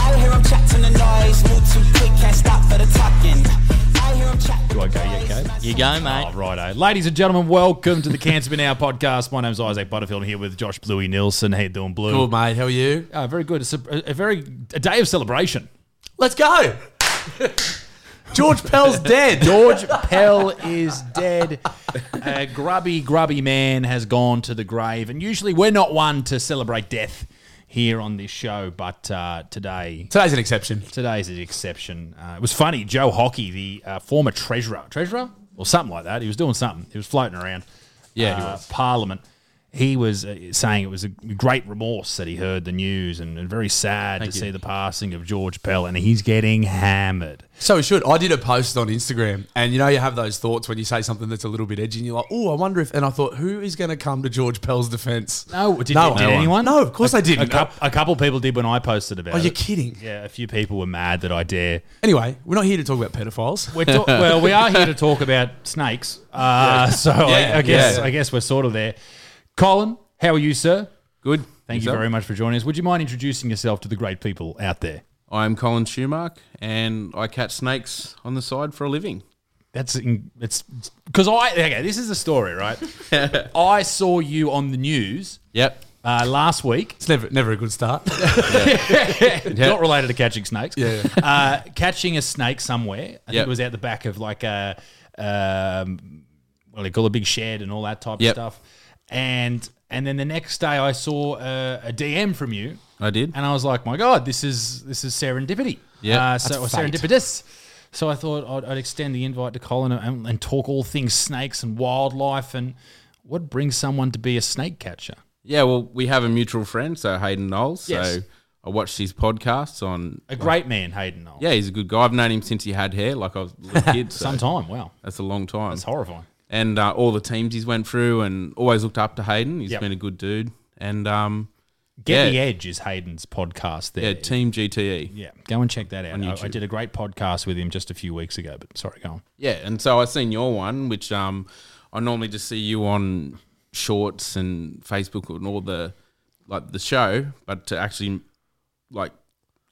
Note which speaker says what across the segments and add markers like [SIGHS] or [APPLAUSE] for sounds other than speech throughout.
Speaker 1: I hear him chat to the noise, move too quick, can't stop for the talking. I hear him chat.
Speaker 2: Do I go yet, Gabe?
Speaker 3: You go, mate.
Speaker 2: Oh, righto. Ladies and gentlemen, welcome to the Cancer Bin Hour podcast. My name's Isaac Butterfield. I'm here with Josh Bluey Nilsson. How you doing, Blue?
Speaker 4: Good, mate. How are you?
Speaker 2: Uh, very good. It's a, a very a day of celebration.
Speaker 4: Let's go. [LAUGHS] George Pell's dead.
Speaker 2: George Pell is dead. A grubby, grubby man has gone to the grave. And usually we're not one to celebrate death here on this show, but uh, today
Speaker 4: Today's an exception.
Speaker 2: today's an exception. Uh, it was funny. Joe Hockey, the uh, former treasurer, treasurer or something like that, he was doing something. He was floating around.
Speaker 4: Yeah,
Speaker 2: uh,
Speaker 4: he was.
Speaker 2: Parliament. He was uh, saying it was a great remorse that he heard the news and, and very sad to see the passing of George Pell, and he's getting hammered.
Speaker 4: So it should. I did a post on Instagram, and you know you have those thoughts when you say something that's a little bit edgy, and you're like, "Oh, I wonder if." And I thought, who is going to come to George Pell's defense?
Speaker 2: No, did,
Speaker 4: No
Speaker 2: did
Speaker 4: one.
Speaker 2: anyone?
Speaker 4: No, of course
Speaker 2: I
Speaker 4: I didn't.
Speaker 2: A, coup- a couple people did when I posted about
Speaker 4: Are
Speaker 2: it.
Speaker 4: you kidding?
Speaker 2: Yeah, a few people were mad that I dare.
Speaker 4: Anyway, we're not here to talk about pedophiles.
Speaker 2: We're [LAUGHS] talk- well, we are here to talk about [LAUGHS] snakes, uh, so I,
Speaker 4: Yeah,
Speaker 2: I guess
Speaker 4: yeah.
Speaker 2: I guess we're sort of there. Colin, how are you, sir?
Speaker 5: Good.
Speaker 2: Thank you
Speaker 5: Yourself?
Speaker 2: very much for joining us. Would you mind introducing yourself to the great people out there?
Speaker 5: I'm Colin Schumark, and I catch snakes on the side for a living.
Speaker 2: That's in- it's because I okay. This is the story, right? I saw you on the news
Speaker 5: Yep.
Speaker 2: uh, last week.
Speaker 4: It's never, never a good [LAUGHS] start.
Speaker 2: Not related to catching snakes.
Speaker 4: Yeah.
Speaker 2: Uh, catching a snake somewhere. I think
Speaker 5: Yep.
Speaker 2: it was out the back of like a um, what do they call a big shed and all that type
Speaker 5: Yep.
Speaker 2: of stuff. And and then the next day, I saw a, a DM from you.
Speaker 5: I did.
Speaker 2: and I was like, my God, this is this is serendipity.
Speaker 5: Yeah,
Speaker 2: uh, so or serendipitous. So I thought I'd, I'd extend the invite to Colin and, and talk all things snakes and wildlife and what brings someone to be a snake catcher.
Speaker 5: yeah. Well, we have a mutual friend, so Hayden Knowles.
Speaker 2: Yes.
Speaker 5: So I watched his podcasts on.
Speaker 2: A great man, Hayden. Knowles.
Speaker 5: Yeah, he's a good guy. I've known him since he had hair, like I was a [LAUGHS] little kid. So
Speaker 2: some time. Wow,
Speaker 5: That's a long time.
Speaker 2: that's horrifying.
Speaker 5: and uh, all the teams he's went through, and always looked up to Hayden. He's
Speaker 2: Yep.
Speaker 5: been a good dude. And um,
Speaker 2: Get
Speaker 5: Yeah.
Speaker 2: the Edge is Hayden's podcast. There,
Speaker 5: yeah, Team E. GTE.
Speaker 2: Yeah, go and check that out. I, I
Speaker 5: YouTube.
Speaker 2: did a great podcast with him just a few weeks ago. But sorry, go on.
Speaker 5: Yeah, and so I seen your one, which um, I normally just see you on shorts and Facebook and all the like the show, but to actually like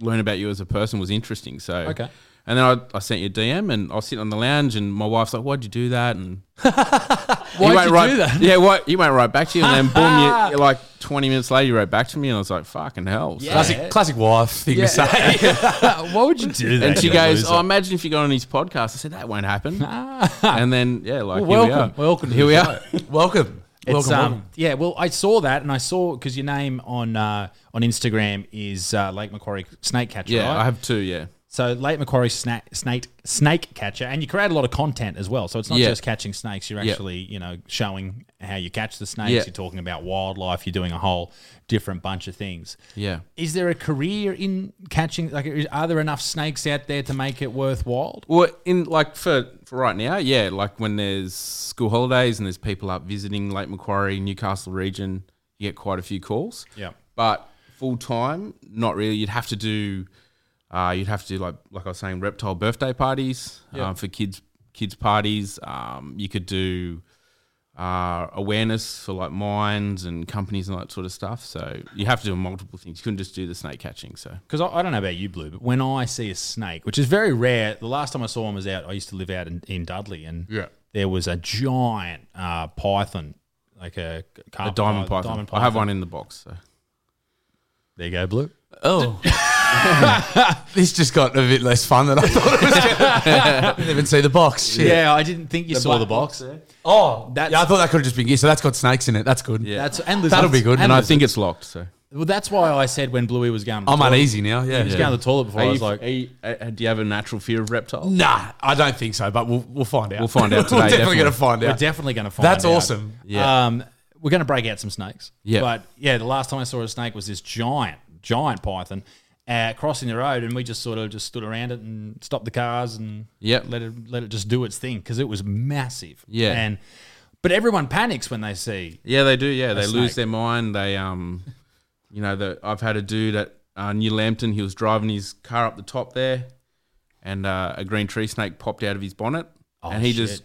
Speaker 5: learn about you as a person was interesting. So
Speaker 2: Okay.
Speaker 5: and then I, I sent you a DM, and I was sitting on the lounge, and my wife's like, "Why'd you do that?" And [LAUGHS] why'd you right, do that? Yeah, why, he went right back to you, and then boom, you, [LAUGHS] you're like twenty minutes later, you wrote back to me, and I was like, "Fucking hell!" So-
Speaker 4: classic, classic wife thing to
Speaker 5: [LAUGHS]
Speaker 4: say.
Speaker 2: Uh, Why would you do that?
Speaker 5: and she
Speaker 2: you
Speaker 5: goes,
Speaker 2: loser?
Speaker 5: "Oh, imagine if you got on his podcast." I said, "That
Speaker 2: [LAUGHS]
Speaker 5: won't happen." and then, yeah, like
Speaker 2: Well,
Speaker 5: here we are.
Speaker 2: welcome, welcome to
Speaker 5: Here
Speaker 2: the
Speaker 5: we
Speaker 2: show.
Speaker 5: are.
Speaker 4: welcome,
Speaker 2: It's,
Speaker 4: welcome,
Speaker 2: um,
Speaker 4: welcome.
Speaker 2: Yeah, well, I saw that, and I saw because your name on uh, on Instagram is uh, Lake Macquarie Snake Catcher.
Speaker 5: [LAUGHS] Yeah,
Speaker 2: right?
Speaker 5: I have two. Yeah,
Speaker 2: so Lake Macquarie sna- Snake Snake Catcher, and you create a lot of content as well. So it's not
Speaker 5: Yeah.
Speaker 2: just catching snakes; you're
Speaker 5: Yeah.
Speaker 2: actually you know showing how you catch the snakes.
Speaker 5: Yeah.
Speaker 2: You're talking about wildlife. You're doing a whole different bunch of things.
Speaker 5: yeah.
Speaker 2: Is there a career in catching? Like, is- are there enough snakes out there to make it worthwhile?
Speaker 5: Well, in like for for right now, yeah. Like when there's school holidays and there's people up visiting Lake Macquarie, Newcastle region, you get quite a few calls.
Speaker 2: Yeah.
Speaker 5: but full time, not really. You'd have to do, uh, you'd have to do like like I was saying, reptile birthday parties um, for kids kids parties. Um, you could do uh, awareness for like mines and companies and all that sort of stuff. So you have to do multiple things. You couldn't just do the snake catching. So
Speaker 2: because I, I don't know about you, Blue, but when I see a snake, which is very rare, the last time I saw one was out. I used to live out in, in Dudley, and
Speaker 5: Yeah.
Speaker 2: there was a giant uh, python, like a,
Speaker 5: a Ah, oh, diamond, python. I have one in the box. So.
Speaker 2: There you go, Blue.
Speaker 4: Oh. this just got a bit less fun than I thought it was [LAUGHS] going to. didn't even see the box. Shit.
Speaker 2: Yeah, I didn't think you saw the box.
Speaker 4: Oh,
Speaker 2: That's-
Speaker 4: yeah, I thought that could have just been gear. So that's got snakes in it. That's good.
Speaker 5: Yeah.
Speaker 2: That's and
Speaker 4: That'll be good.
Speaker 5: And I
Speaker 4: Lizards.
Speaker 5: think it's locked. So
Speaker 2: well, that's why I said when Bluey was going, to the
Speaker 4: I'm
Speaker 2: toilet-
Speaker 4: uneasy now. Yeah.
Speaker 2: He was
Speaker 4: yeah.
Speaker 2: going to the toilet before. I was like,
Speaker 5: uh, do you have a natural fear of reptiles?
Speaker 4: Nah, I don't think so, but we'll, we'll find out.
Speaker 5: We'll
Speaker 4: [LAUGHS]
Speaker 5: find out
Speaker 4: we're
Speaker 5: today,
Speaker 4: definitely
Speaker 5: definitely.
Speaker 4: going to find
Speaker 2: we're
Speaker 4: out.
Speaker 2: definitely going to find.
Speaker 4: That's
Speaker 2: out.
Speaker 4: awesome.
Speaker 5: Yeah.
Speaker 2: Um, we're going to break out some snakes.
Speaker 5: Yeah.
Speaker 2: But yeah, the last time I saw a snake was this giant, giant python uh, crossing the road, and we just sort of just stood around it and stopped the cars and
Speaker 5: Yep.
Speaker 2: let it let it just do its thing because it was massive.
Speaker 5: Yeah.
Speaker 2: and but everyone panics when they see
Speaker 5: Yeah, they do. Yeah, they
Speaker 2: snake.
Speaker 5: lose their mind. They, um, you know, the, I've had a dude at uh, New Lambton. He was driving his car up the top there, and uh, a green tree snake popped out of his bonnet,
Speaker 2: Oh,
Speaker 5: and he
Speaker 2: shit.
Speaker 5: just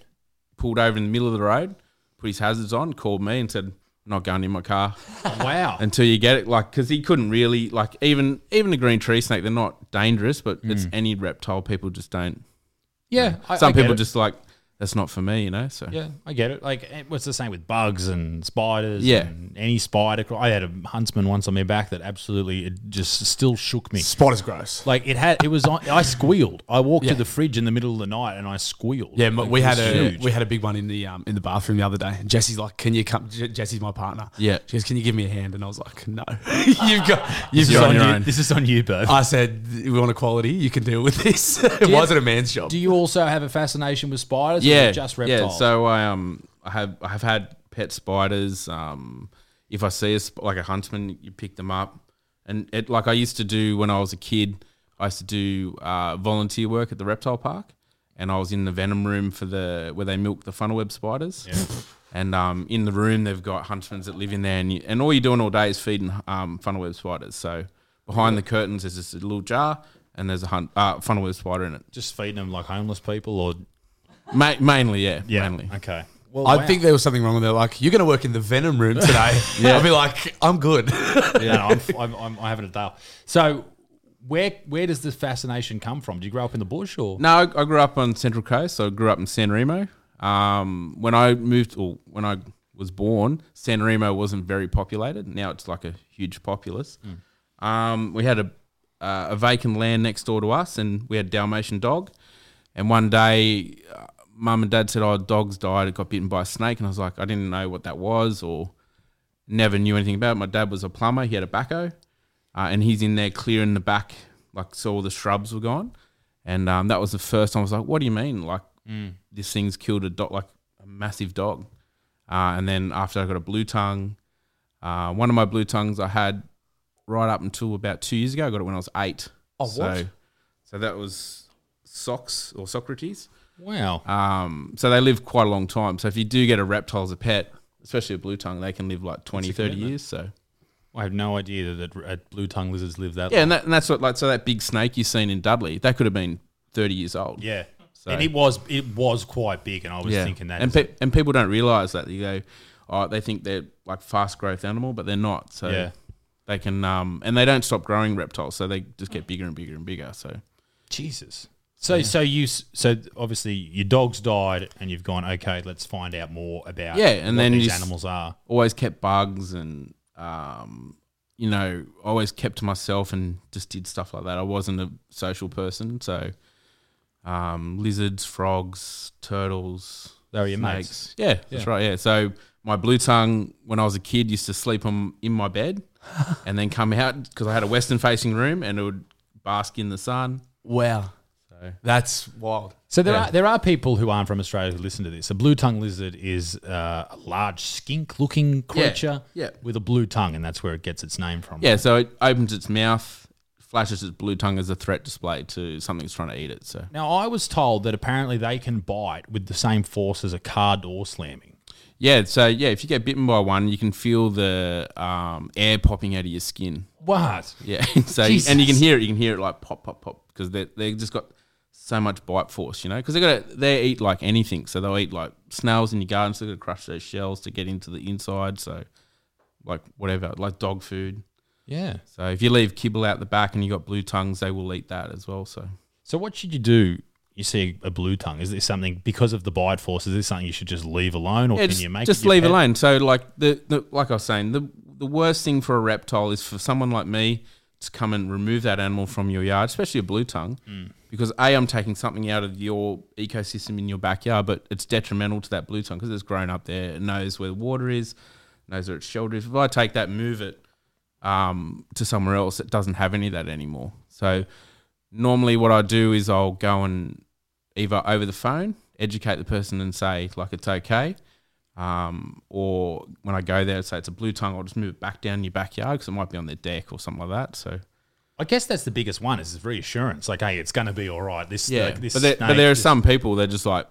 Speaker 5: pulled over in the middle of the road, put his hazards on, called me, and said, "I'm "Not going in my car [LAUGHS]
Speaker 2: wow.
Speaker 5: until you get it." Like, because he couldn't really like even even a green tree snake. They're not dangerous, but it's any reptile. People just don't.
Speaker 2: yeah, I-
Speaker 5: Some
Speaker 2: I get
Speaker 5: people
Speaker 2: it.
Speaker 5: just like that's not for me, you know. So
Speaker 2: Yeah, I get it. Like, it was the same with bugs and spiders.
Speaker 5: Yeah.
Speaker 2: and any spider. I had a huntsman once on my back that absolutely it just still shook me.
Speaker 4: Spot is gross.
Speaker 2: Like it had, it was. on- I squealed. I walked to the fridge in the middle of the night and I squealed.
Speaker 4: Yeah, but
Speaker 2: Like,
Speaker 4: we
Speaker 2: it
Speaker 4: had
Speaker 2: was
Speaker 4: a
Speaker 2: huge.
Speaker 4: we had a big one in the um, in the bathroom the other day. And Jesse's like, "Can you come?" Je- Jesse's my partner.
Speaker 5: Yeah.
Speaker 4: she goes, "Can you give me a hand?" And I was like, "No, [LAUGHS] you've got
Speaker 2: This
Speaker 4: you've
Speaker 2: is
Speaker 5: You're
Speaker 4: got
Speaker 2: on
Speaker 5: your
Speaker 2: you-
Speaker 5: own.
Speaker 2: This is on you, Bert.
Speaker 4: I said, "We want equality. You can deal with this." [LAUGHS] it wasn't a man's job.
Speaker 2: Do you also have a fascination with spiders? or is it just reptiles.
Speaker 5: Yeah, so I um I have I have had pet spiders. Um, if I see a sp- like a huntsman, you pick them up, and it like I used to do when I was a kid. I used to do uh, volunteer work at the reptile park, and I was in the venom room for the where they milk the funnel web spiders. And um, in the room, they've got huntsmen that live in there, and, you, and all you're doing all day is feeding um, funnel web spiders. So behind the curtains, there's this little jar, and there's a hunt, uh, funnel web spider in it.
Speaker 2: just feeding them like homeless people, or
Speaker 5: Ma- mainly, yeah, mainly.
Speaker 2: Okay. Well,
Speaker 4: I
Speaker 2: oh, wow.
Speaker 4: think there was something wrong. with it. like, "You're going to work in the venom room today." I'll be like, "I'm good."
Speaker 2: yeah, no, I'm, I'm, I'm, I'm having a day. off. So, where where does this fascination come from? Do you grow up in the bush or?
Speaker 5: No, I, I grew up on Central Coast. So I grew up in San Remo. Um, when I moved, or when I was born, San Remo wasn't very populated. Now it's like a huge populace. Um, we had a uh, a vacant land next door to us, and we had Dalmatian dog. And one day, uh, mum and dad said, "Oh, dog's died. It got bitten by a snake." And I was like, I didn't know what that was, or never knew anything about it. My dad was a plumber. He had a backhoe, uh, and he's in there clearing the back, like so all the shrubs were gone. And um, that was the first time I was like, "What do you mean? Like
Speaker 4: Mm.
Speaker 5: this thing's killed a dog, like a massive dog." Uh, and then after I got a blue tongue, uh, one of my blue tongues I had right up until about two years ago. I got it when I was eight.
Speaker 4: Oh, what?
Speaker 5: So, so that was Sox or Socrates.
Speaker 2: Wow.
Speaker 4: Uh,
Speaker 5: Um, so they live quite a long time. So if you do get a reptile as a pet, especially a blue tongue, they can live like 20, 30 years. So
Speaker 2: I have no idea that uh, blue tongue lizards live that.
Speaker 5: yeah, and, that, and that's what like so that big snake you've seen in Dudley, that could have been thirty years old.
Speaker 2: Yeah. And it was it was quite big, and I was thinking that.
Speaker 5: and
Speaker 2: is-
Speaker 5: pe- and people don't realize that you go, oh, they think they're like fast growth animal, but they're not. So
Speaker 2: Yeah.
Speaker 5: they can um and they don't stop growing reptiles, so they just get bigger and bigger and bigger. So
Speaker 2: Jesus. So so you s- so obviously your dog's died, and you've gone okay. Let's find out more about
Speaker 5: Yeah, and
Speaker 2: what
Speaker 5: then
Speaker 2: these
Speaker 5: you s-
Speaker 2: animals are.
Speaker 5: always kept bugs and um, you know always kept to myself and just did stuff like that. I wasn't a social person, so um, lizards, frogs, turtles,
Speaker 2: They were your mates.
Speaker 5: Yeah, that's right. Yeah, so my blue tongue when I was a kid used to sleep on, in
Speaker 2: [LAUGHS]
Speaker 5: my bed and then come out because I had a western facing room and it would bask in the sun.
Speaker 4: wow, that's wild.
Speaker 2: So there are there are people who aren't from Australia who listen to this. A blue tongue lizard is uh, a large skink looking creature
Speaker 5: yeah.
Speaker 2: with a blue tongue, and that's where it gets its name from.
Speaker 5: Yeah, so it opens its mouth, flashes its blue tongue as a threat display to something that's trying to eat it. So
Speaker 2: Now I was told that apparently they can bite with the same force as a car door slamming.
Speaker 5: Yeah, so yeah, if you get bitten by one, you can feel the um, air popping out of your skin.
Speaker 2: What?
Speaker 5: Yeah, [LAUGHS] so and you can hear it. You can hear it like pop, pop, pop because they they just got so much bite force, you know. Because they got they eat like anything, so they'll eat like snails in your garden. So they're gonna crush those shells to get into the inside. So like whatever, like dog food.
Speaker 2: Yeah.
Speaker 5: So if you leave kibble out the back and you got blue tongues, they will eat that as well. So
Speaker 2: So what should you do? You see a blue tongue. Is this something because of the bite force? Is this something you should just leave alone, or
Speaker 5: Yeah,
Speaker 2: can
Speaker 5: just,
Speaker 2: you make
Speaker 5: just
Speaker 2: it your
Speaker 5: leave
Speaker 2: pet?
Speaker 5: alone. So like the, the like I was saying, the the worst thing for a reptile is for someone like me to come and remove that animal from your yard, especially a blue tongue,
Speaker 2: Hmm.
Speaker 5: because a I'm taking something out of your ecosystem in your backyard, but it's detrimental to that blue tongue because it's grown up there, it knows where the water is, knows where its shelter is. If I take that, move it um, to somewhere else that doesn't have any of that anymore. So normally what I do is I'll go and either over the phone educate the person and say like it's okay Um, or when I go there, say it's a blue tongue, I'll just move it back down your backyard because it might be on their deck or something like that. So
Speaker 2: I guess that's the biggest one is reassurance. Like, hey, it's going to be all right. This, like, this
Speaker 5: but there, but
Speaker 2: snake,
Speaker 5: there are
Speaker 2: this-
Speaker 5: some people they're just like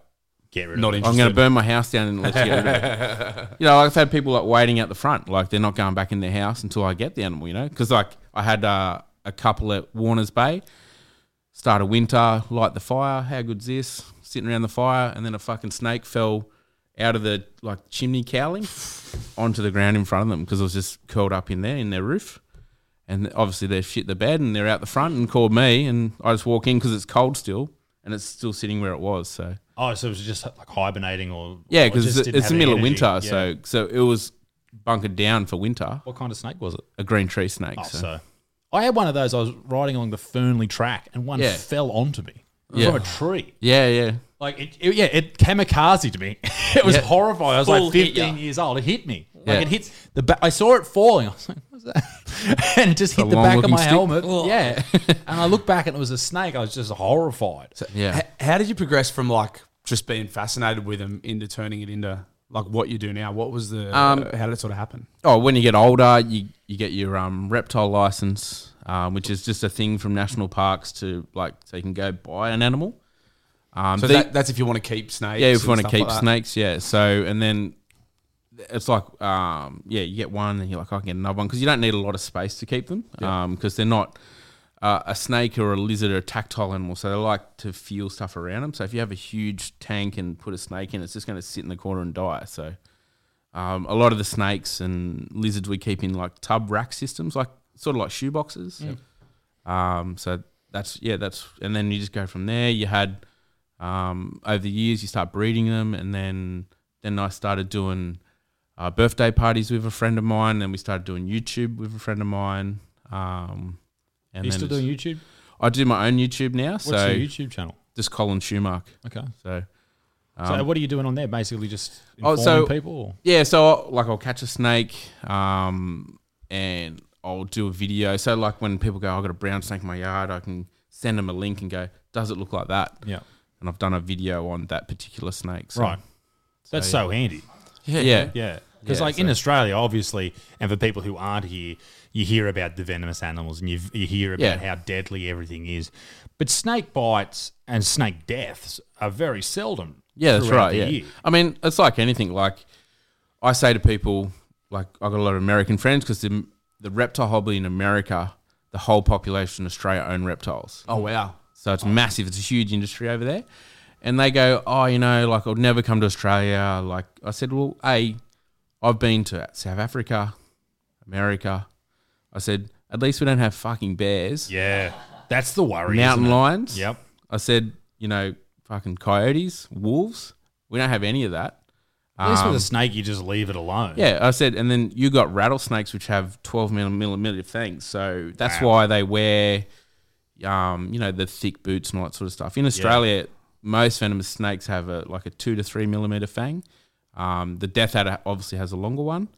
Speaker 2: get rid of
Speaker 4: Not
Speaker 2: it.
Speaker 5: I'm going
Speaker 4: Interested.
Speaker 5: to burn my house down and let you get rid of
Speaker 4: [LAUGHS]
Speaker 5: it. You know, I've had people like waiting out the front, like they're not going back in their house until I get the animal. You know, because like I had uh, a couple at Warner's Bay, started winter, light the fire. How good's this? Sitting around the fire, and then a fucking snake fell out of the like chimney cowling onto the ground in front of them because it was just curled up in there in their roof. And obviously they shit the bed and they're out the front and called me and I just walk in because it's cold still and it's still sitting where it was. So
Speaker 2: Oh, so it was just like hibernating or or
Speaker 5: yeah, because
Speaker 2: just
Speaker 5: it's,
Speaker 2: didn't
Speaker 5: it's
Speaker 2: have
Speaker 5: the
Speaker 2: any
Speaker 5: middle of
Speaker 2: energy.
Speaker 5: winter,
Speaker 2: Yeah.
Speaker 5: so so it was bunkered down for winter.
Speaker 2: what kind of snake was it?
Speaker 5: A green tree snake.
Speaker 2: Oh,
Speaker 5: so.
Speaker 2: so. I had one of those. I was riding along the Fernley track, and one
Speaker 5: Yeah.
Speaker 2: fell onto me
Speaker 5: Yeah.
Speaker 2: from a tree.
Speaker 5: Yeah, yeah,
Speaker 2: Like it, it- yeah, it kamikaze to me. [LAUGHS] it was
Speaker 5: Yeah.
Speaker 2: horrifying. I was
Speaker 5: Full
Speaker 2: like
Speaker 5: hit ya.
Speaker 2: 15 years old. It hit me. Like
Speaker 5: Yeah.
Speaker 2: it hits the back. I saw it falling. [LAUGHS] I was like, "What's that?" [LAUGHS] and it just hit the
Speaker 5: long
Speaker 2: back of
Speaker 5: looking
Speaker 2: my
Speaker 5: stick.
Speaker 2: helmet. Yeah, and I looked back and it was a snake. I was just horrified.
Speaker 5: [LAUGHS] yeah.
Speaker 4: H- how did you progress from like just being fascinated with them into turning it into like what you do now? What was the uh,
Speaker 5: Um,
Speaker 4: how did it sort of happen?
Speaker 5: Oh, when you get older, you you get your um, reptile license, um, which is just a thing from national parks to like so you can go buy an animal. Um,
Speaker 4: So
Speaker 5: the-
Speaker 4: that, that's if you want to keep snakes.
Speaker 5: yeah, if
Speaker 4: and
Speaker 5: you want to
Speaker 4: stuff
Speaker 5: keep
Speaker 4: like that.
Speaker 5: snakes, yeah. So and then it's like um, yeah, you get one, and you're like, I can get another one because you don't need a lot of space to keep them because they're not uh, a snake or a lizard or a tactile animal, so they like to feel stuff around them. So if you have a huge tank and put a snake in, it's just going to sit in the corner and die. So um, a lot of the snakes and lizards we keep in like tub rack systems, like sort of like shoe boxes. Um, so that's yeah, that's and then you just go from there. You had um, over the years you start breeding them, and then then I started doing uh, birthday parties with a friend of mine, and we started doing YouTube with a friend of mine. Um, and
Speaker 2: Are you
Speaker 5: then
Speaker 2: still
Speaker 5: it's-
Speaker 2: doing YouTube?
Speaker 5: I do my own YouTube now,
Speaker 2: What's
Speaker 5: so
Speaker 2: your YouTube channel?
Speaker 5: just Colin Schumack.
Speaker 2: Okay.
Speaker 5: So
Speaker 2: so what are you doing on there? Basically, just
Speaker 5: Um, Oh,
Speaker 2: informing
Speaker 5: so-
Speaker 2: people. Or?
Speaker 5: Yeah, so like I'll catch a snake, um, and I'll do a video. So like when people go, I got a brown snake in my yard, I can send them a link and go, does it look like that?
Speaker 2: Yeah.
Speaker 5: And I've done a video on that particular snake. So,
Speaker 2: Right. That's so handy.
Speaker 5: Yeah. Yeah.
Speaker 2: Yeah. Because
Speaker 5: Yeah,
Speaker 2: like in Australia, obviously, and for people who aren't here, you hear about the venomous animals and you you hear about how
Speaker 5: Yeah.
Speaker 2: deadly everything is, but snake bites and snake deaths are very seldom.
Speaker 5: Yeah, that's
Speaker 2: throughout
Speaker 5: right.
Speaker 2: the
Speaker 5: Yeah.
Speaker 2: year.
Speaker 5: I mean, it's like anything. Like I say to people, like I got a lot of American friends because the the reptile hobby in America, the whole population in Australia own reptiles.
Speaker 4: Oh wow.
Speaker 5: So it's massive. It's a huge industry over there. And they go, oh, you know, like I'll never come to Australia. Like I said, well, A, I've been to South Africa, America. I said, at least we don't have fucking bears,
Speaker 2: Yeah, that's the worry.
Speaker 5: mountain
Speaker 2: isn't it?
Speaker 5: lions.
Speaker 2: Yep.
Speaker 5: I said, you know, fucking coyotes, wolves. We don't have any of that.
Speaker 2: At least with a snake, you just leave it alone.
Speaker 5: Um, Yeah, I said, and then you got rattlesnakes, which have twelve milli- millimeter fangs. So that's
Speaker 2: Wow.
Speaker 5: why they wear, um, you know, the thick boots and all that sort of stuff. In Australia, most venomous snakes have a like a two to three millimeter fang. Um, the death adder obviously has a longer one,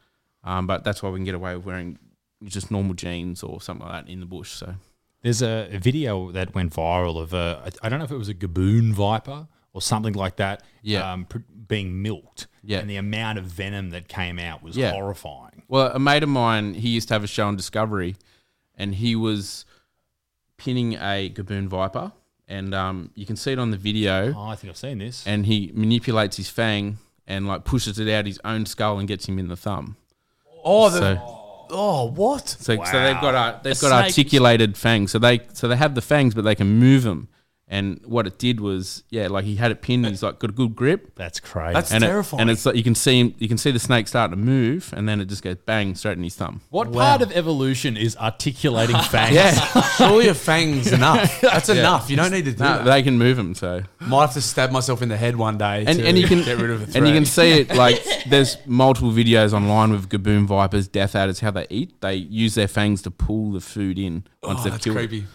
Speaker 5: um, but that's why we can get away with wearing just normal jeans or something like that in the bush. So
Speaker 2: There's a, a video that went viral of a, I I don't know if it was a gaboon viper or something like that,
Speaker 5: Yeah.
Speaker 2: um, pr- being milked.
Speaker 5: Yeah.
Speaker 2: And the amount of venom that came out was
Speaker 5: Yeah.
Speaker 2: horrifying.
Speaker 5: Well, a mate of mine, he used to have a show on Discovery, and he was pinning a Gaboon Viper, and um, you can see it on the video.
Speaker 2: Oh, I think I've seen this.
Speaker 5: And he manipulates his fang and like pushes it out his own skull and gets him in the thumb.
Speaker 4: Oh, the,
Speaker 5: So,
Speaker 4: oh, what?
Speaker 5: so, so they've got uh, they've got
Speaker 3: snake-
Speaker 5: articulated fangs. So they so they have the fangs, but they can move them. And what it did was, yeah, like he had it pinned. He's like got a good grip.
Speaker 2: That's crazy.
Speaker 4: That's
Speaker 5: And it-
Speaker 4: terrifying.
Speaker 5: and it's like you can see him, you can see the snake starting to move, and then it just goes bang straight in his thumb.
Speaker 2: What part of evolution is articulating
Speaker 5: [LAUGHS]
Speaker 2: fangs?
Speaker 4: [LAUGHS]
Speaker 5: Yeah.
Speaker 4: surely a
Speaker 5: [LAUGHS]
Speaker 4: fang's enough. That's enough. You don't need to do
Speaker 5: No,
Speaker 4: that.
Speaker 5: they can move them. So
Speaker 4: Might have to stab myself in the head one day
Speaker 5: and,
Speaker 4: to
Speaker 5: and you can
Speaker 4: get rid of the
Speaker 5: and you can see
Speaker 4: [LAUGHS]
Speaker 5: it like there's multiple videos online with gaboon vipers, death adders, how they eat. They use their fangs to pull the food in once
Speaker 4: oh,
Speaker 5: they've
Speaker 4: that's
Speaker 5: killed. it.
Speaker 4: creepy.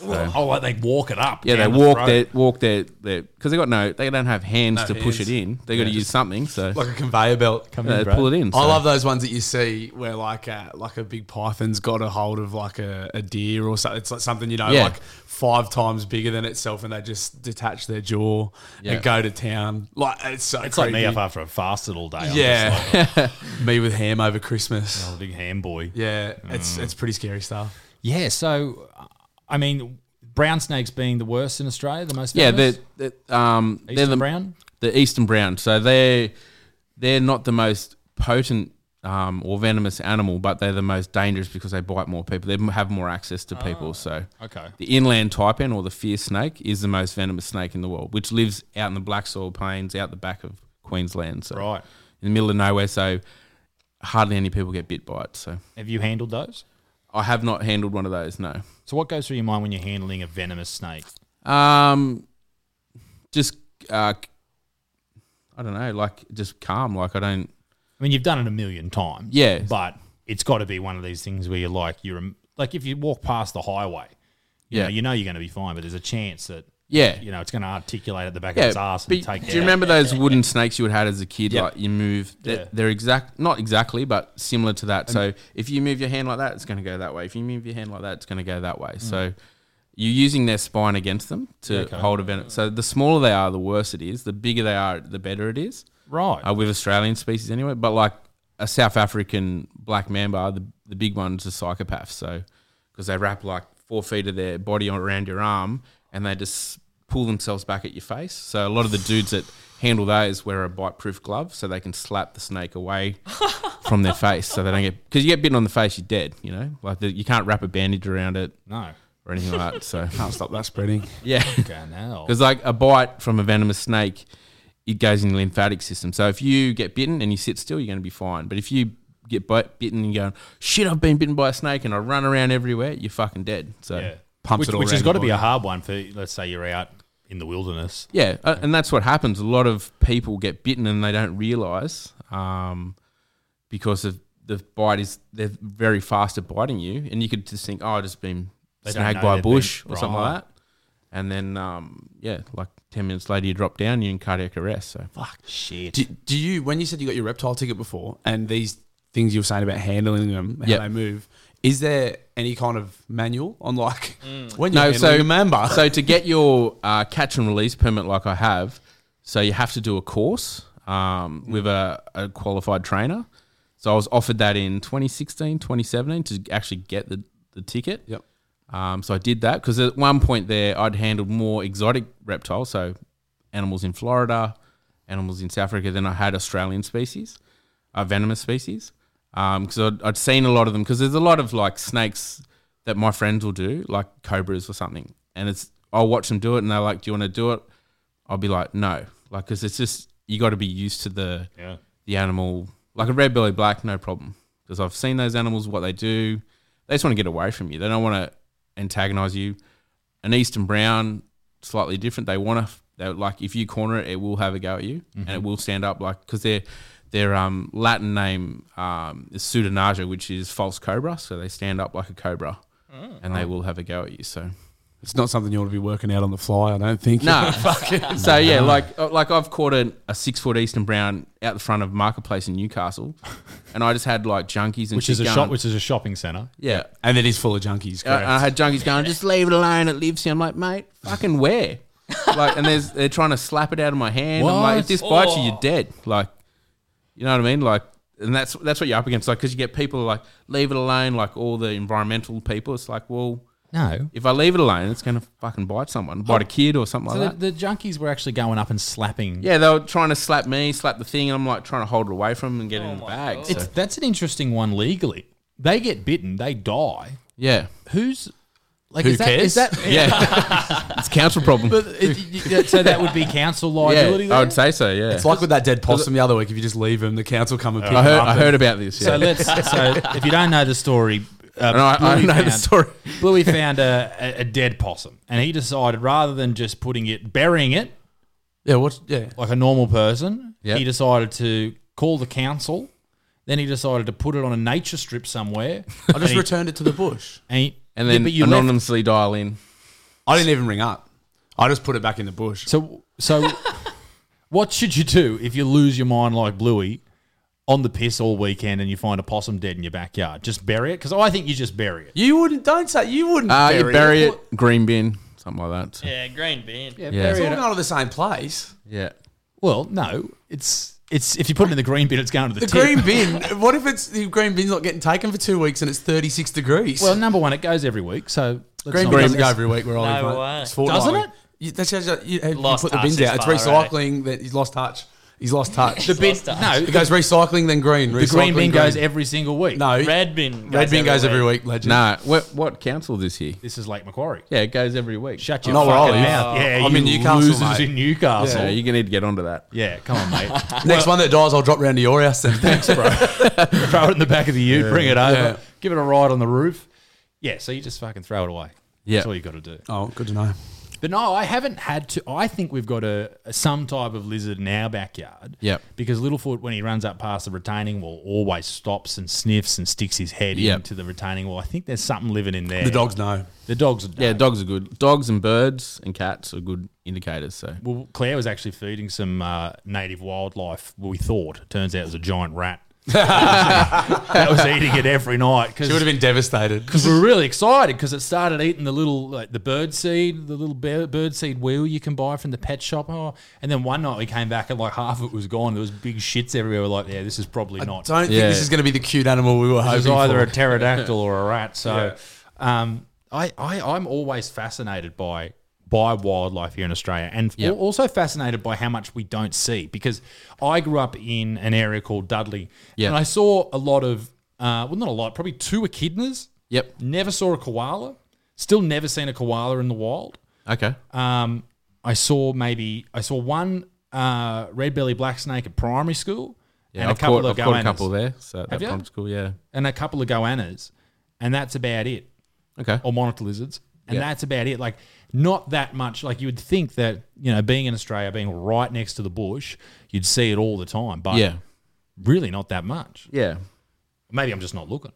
Speaker 5: So,
Speaker 2: Oh, like they walk it up.
Speaker 5: yeah, they
Speaker 2: down the
Speaker 5: walk
Speaker 2: throat.
Speaker 5: their walk their their because they got no they don't have hands to push it
Speaker 4: hands.
Speaker 5: in. They got to use something, so
Speaker 4: like a conveyor belt.
Speaker 5: uh,
Speaker 2: in, bro.
Speaker 5: pull it in.
Speaker 4: I
Speaker 5: so.
Speaker 4: love those ones that you see where like a, like a big python's got a hold of like a, a deer or something. It's like something you know
Speaker 5: Yeah.
Speaker 4: like five times bigger than itself, and they just detach their jaw
Speaker 5: Yeah.
Speaker 4: and go to town. Like it's so
Speaker 2: It's like me
Speaker 4: creepy.
Speaker 2: up after a fasted all day. I'm just like,
Speaker 4: yeah, [LAUGHS] me with ham over Christmas.
Speaker 2: I'm a big ham boy.
Speaker 4: Yeah, it's
Speaker 2: Mm.
Speaker 4: it's pretty scary stuff.
Speaker 2: Yeah, so uh, I mean, brown snakes being the worst in Australia, the most
Speaker 5: Yeah,
Speaker 2: famous?
Speaker 5: they're, they're, um, they're
Speaker 2: Eastern
Speaker 5: the
Speaker 2: brown?
Speaker 5: the eastern brown. So they're they're not the most potent um, or venomous animal, but they're the most dangerous because they bite more people. They m- have more access to
Speaker 4: Ah.
Speaker 5: people. So
Speaker 2: okay.
Speaker 5: the inland taipan or the fierce snake is the most venomous snake in the world, which lives out in the black soil plains, out the back of Queensland. So
Speaker 2: Right.
Speaker 5: in the middle of nowhere. So hardly any people get bit by it. So
Speaker 2: Have you handled those?
Speaker 5: I have not handled one of those. No.
Speaker 2: So what goes through your mind when you're handling a venomous snake?
Speaker 5: Um, just uh, I don't know, like just calm. Like I don't.
Speaker 2: I mean, you've done it a million times.
Speaker 5: Yeah.
Speaker 2: But it's got to be one of these things where you're like, you're like if you walk past the highway, you
Speaker 5: Yeah.
Speaker 2: know, you know you're going to be fine, but there's a chance that
Speaker 5: Yeah.
Speaker 2: you know it's going to articulate at the back
Speaker 5: Yeah,
Speaker 2: of its ass
Speaker 5: but
Speaker 2: and take.
Speaker 5: do you remember those wooden snakes you would had as a kid?
Speaker 2: Yeah.
Speaker 5: Like you move, they're,
Speaker 2: Yeah.
Speaker 5: they're exact, not exactly, but similar to that. so if you move your hand like that, it's going to go that way. If you move your hand like that, it's going to go that
Speaker 2: Mm.
Speaker 5: way. So you're using their spine against them to hold a venom. So the smaller they are, the worse it is. The bigger they are, the better it is.
Speaker 2: Right.
Speaker 5: Uh, with Australian species anyway, but like a South African black mamba, the, the big one's a psychopath. So because they wrap like four feet of their body around your arm and they just pull themselves back at your face. So a lot of the dudes that handle those wear a bite-proof glove so they can slap the snake away from their face so they don't get because you get bitten on the face, you're dead. You know, like the, you can't wrap a bandage around it
Speaker 2: No.
Speaker 5: or anything like that. So [LAUGHS]
Speaker 4: Can't stop that spreading.
Speaker 5: yeah.
Speaker 2: Okay. Now.
Speaker 5: Because like a bite from a venomous snake, it goes in the lymphatic system. So if you get bitten and you sit still, you're going to be fine. But if you get bite, bitten and you're going, shit, I've been bitten by a snake and I run around everywhere, you're fucking dead. So
Speaker 2: Yeah.
Speaker 4: Pumps
Speaker 2: which,
Speaker 4: it all
Speaker 2: which has
Speaker 4: around
Speaker 2: got to
Speaker 4: your
Speaker 2: be a hard one for let's say you're out in the wilderness.
Speaker 5: yeah, uh, and that's what happens. A lot of people get bitten and they don't realize um, because of the bite is they're very fast at biting you, and you could just think, oh, I just been
Speaker 2: They don't
Speaker 5: snagged
Speaker 2: know
Speaker 5: by a
Speaker 2: they've been-
Speaker 5: bush or something
Speaker 2: Right.
Speaker 5: like that, and then um, yeah, like ten minutes later you drop down, you're in cardiac arrest. So
Speaker 2: Fuck shit.
Speaker 4: Do, do you when you said you got your reptile ticket before and these things you were saying about handling them, how
Speaker 5: Yep.
Speaker 4: they move, is there any kind of manual on like
Speaker 2: Mm.
Speaker 4: when you're
Speaker 5: No, so
Speaker 4: handling a mamba?
Speaker 5: So to get your uh, catch and release permit, like I have, so you have to do a course um, with a, a qualified trainer. So I was offered that in 2016, 2017 to actually get the, the ticket.
Speaker 4: Yep.
Speaker 5: Um, so I did that because at one point there, I'd handled more exotic reptiles, so animals in Florida, animals in South Africa, than I had Australian species, uh, venomous species. Because I'd, I'd seen a lot of them. Because there's a lot of like snakes that my friends will do, like cobras or something, and it's I'll watch them do it, and they're like, "Do you want to do it?" I'll be like, "No," like because it's just you got to be used to the
Speaker 2: Yeah.
Speaker 5: the animal, like a red belly black, no problem. Because I've seen those animals, what they do. They just want to get away from you. They don't want to antagonize you. An Eastern brown, slightly different. They want to, they like, if you corner it, it will have a go at you and it will stand up, like, because their Their um, Latin name um, is Pseudonaja, which is false cobra. So they stand up like a cobra, and they will have a go at you. So
Speaker 4: it's not something you want to be working out on the fly, I don't think.
Speaker 5: [LAUGHS] no.
Speaker 2: [LAUGHS]
Speaker 5: so yeah, like uh, like I've caught a, a six foot Eastern Brown out the front of marketplace in
Speaker 2: [LAUGHS]
Speaker 5: Newcastle, and I just had like junkies and
Speaker 2: Which
Speaker 5: shit
Speaker 2: is a
Speaker 5: going-
Speaker 2: shop. Which is a shopping centre.
Speaker 5: yeah.
Speaker 4: And it is full of junkies.
Speaker 5: I,
Speaker 4: Correct.
Speaker 5: I had junkies going, just leave it alone. It lives here. I'm like,
Speaker 2: [LAUGHS]
Speaker 5: mate, fucking where? like, and there's they're trying to slap it out of my hand. I'm like,
Speaker 2: What? Oh.
Speaker 5: if this bites you, you're dead. Like, you know what I mean? Like, and that's that's what you're up against. Like, because you get people like, leave it alone. Like all the environmental people. It's like, well,
Speaker 2: No.
Speaker 5: if I leave it alone, it's gonna fucking bite someone, bite a kid or something
Speaker 2: So
Speaker 5: like that.
Speaker 2: the, the junkies were actually going up and slapping.
Speaker 5: Yeah, they were trying to slap me, slap the thing, and I'm like trying to hold it away from them and
Speaker 2: Oh
Speaker 5: get it in the bag. So.
Speaker 2: It's, that's an interesting one legally. They get bitten, they die.
Speaker 5: Yeah,
Speaker 2: Who's like
Speaker 4: Who
Speaker 2: is that, is
Speaker 4: cares?
Speaker 2: that
Speaker 5: [LAUGHS] yeah,
Speaker 2: [LAUGHS]
Speaker 5: it's council problem.
Speaker 2: but
Speaker 5: [LAUGHS]
Speaker 2: it- it- so that would be council
Speaker 5: yeah,
Speaker 2: liability.
Speaker 5: I
Speaker 2: there?
Speaker 5: would say so. Yeah,
Speaker 4: it's like with that dead possum the other week. If you just leave him, the council come and pick
Speaker 5: I
Speaker 4: him
Speaker 5: heard,
Speaker 4: up.
Speaker 5: I heard about this. Yeah,
Speaker 2: So let's. So if you don't know the story, uh,
Speaker 5: No, I- I
Speaker 2: Bluey
Speaker 5: know the story.
Speaker 2: Bluey found a, a, a dead possum, and he decided rather than just putting it, burying it
Speaker 4: yeah, what? Yeah,
Speaker 2: like a normal person,
Speaker 5: Yep.
Speaker 2: he decided to call the council. Then he decided to put it on a nature strip somewhere.
Speaker 5: [LAUGHS]
Speaker 4: I just
Speaker 2: he-
Speaker 4: returned it to the bush.
Speaker 2: And, he-
Speaker 5: and
Speaker 2: Yeah,
Speaker 5: then
Speaker 2: but you left-
Speaker 5: anonymously dial in.
Speaker 4: I didn't even ring up. I just put it back in the bush.
Speaker 2: So, so what should you do if you lose your mind like Bluey on the piss all weekend and you find a possum dead in your backyard? Just bury it? Because I think you just bury it.
Speaker 4: You wouldn't. Don't say you wouldn't.
Speaker 5: Uh,
Speaker 4: bury
Speaker 5: you bury it, green bin, something like that.
Speaker 3: Yeah, green bin. Yeah.
Speaker 5: Yeah.
Speaker 4: It's all going to the same place.
Speaker 5: Yeah.
Speaker 2: Well, no, it's it's if you put it in the green bin, it's going to the,
Speaker 4: The
Speaker 2: tip.
Speaker 4: green bin. What if it's the green bin's not getting taken for two weeks and it's thirty six
Speaker 2: [LAUGHS]
Speaker 4: degrees?
Speaker 2: Well, number one, it goes every week, so let's
Speaker 4: green
Speaker 2: not-
Speaker 4: bin doesn't go every week. We're all
Speaker 3: No
Speaker 4: in, mate.
Speaker 3: way.
Speaker 4: It's fortnightly.
Speaker 2: Doesn't it?
Speaker 4: You, that's just, you, you
Speaker 3: Lost
Speaker 4: put the
Speaker 3: touch
Speaker 4: bins
Speaker 3: is
Speaker 4: out. It's
Speaker 3: far, right?
Speaker 4: recycling. That he's lost touch. He's
Speaker 3: [LAUGHS]
Speaker 4: lost touch.
Speaker 2: The bin,
Speaker 3: Lost touch.
Speaker 2: no,
Speaker 4: it goes recycling then green.
Speaker 2: the green
Speaker 4: recycling,
Speaker 2: bin goes every single week.
Speaker 4: no
Speaker 3: Red bin.
Speaker 4: Red bin goes every
Speaker 3: week.
Speaker 4: week. Legend.
Speaker 5: No, what, what council this year?
Speaker 2: This is Lake Macquarie.
Speaker 5: Yeah, it goes every week.
Speaker 2: Shut your
Speaker 4: Not where I
Speaker 2: fucking
Speaker 4: live.
Speaker 2: mouth. Yeah,
Speaker 4: I'm
Speaker 2: you
Speaker 4: in Newcastle,
Speaker 2: losers
Speaker 4: mate.
Speaker 2: in Newcastle.
Speaker 5: yeah,
Speaker 2: Yeah.
Speaker 5: you're going to need to get onto that.
Speaker 2: come on,
Speaker 4: [LAUGHS]
Speaker 2: mate.
Speaker 4: Next one that dies, I'll drop round to your house. [LAUGHS] Then thanks, bro. [LAUGHS]
Speaker 2: throw it in the back of the ute, bring it over,
Speaker 4: Yeah.
Speaker 2: give it a ride on the roof. Yeah, so you just fucking throw it away.
Speaker 5: Yeah.
Speaker 2: That's all you got to do.
Speaker 4: oh, good to know.
Speaker 2: But no, I haven't had to. I think we've got a, a- some type of lizard in our backyard.
Speaker 5: Yep.
Speaker 2: Because Littlefoot, when he runs up past the retaining wall, always stops and sniffs and sticks his head
Speaker 5: Yep.
Speaker 2: into the retaining wall. I think there's something living in there.
Speaker 4: The dogs know.
Speaker 2: The dogs. Know.
Speaker 5: Yeah, dogs are good. Dogs and birds and cats are good indicators. So
Speaker 2: Well, Claire was actually feeding some uh, native wildlife. We thought. Turns out it was a giant
Speaker 4: [LAUGHS]
Speaker 2: rat. [LAUGHS] that was eating it every night. Cause,
Speaker 4: She would have been devastated.
Speaker 2: because we were really excited because it started eating the little like the bird seed, the little bear, bird seed wheel you can buy from the pet shop. Oh, and then one night we came back and like half of it was gone. There was big shits everywhere. We're like, yeah, this is probably
Speaker 4: [LAUGHS]
Speaker 2: not.
Speaker 4: Don't think
Speaker 5: Yeah.
Speaker 4: this is going to be the cute animal we were
Speaker 2: [LAUGHS] It
Speaker 4: hoping
Speaker 2: was either
Speaker 4: for.
Speaker 2: a pterodactyl or a rat. So, um, I, I I'm always fascinated by by wildlife here in Australia, and al- also fascinated by how much we don't see because I grew up in an area called Dudley,
Speaker 5: Yeah.
Speaker 2: and I saw a lot of uh, well, not a lot, probably two echidnas.
Speaker 5: Yep.
Speaker 2: Never saw a koala. Still never seen a koala in the wild.
Speaker 5: okay,
Speaker 2: Um, I saw maybe I saw one uh, red belly black snake at primary school,
Speaker 5: yeah,
Speaker 2: and a
Speaker 5: I've,
Speaker 2: couple
Speaker 5: caught,
Speaker 2: of
Speaker 5: I've caught a
Speaker 2: goannas,
Speaker 5: couple there. So that
Speaker 2: you?
Speaker 5: prompts cool. Yeah.
Speaker 2: and a couple of goannas, and that's about it.
Speaker 5: Okay.
Speaker 2: Or monitor lizards, and that's about it. Like not that much. Like you would think that you know, being in Australia, being right next to the bush, you'd see it all the time, but
Speaker 5: Yeah.
Speaker 2: really not that much.
Speaker 5: Yeah.
Speaker 2: Maybe I'm just not looking.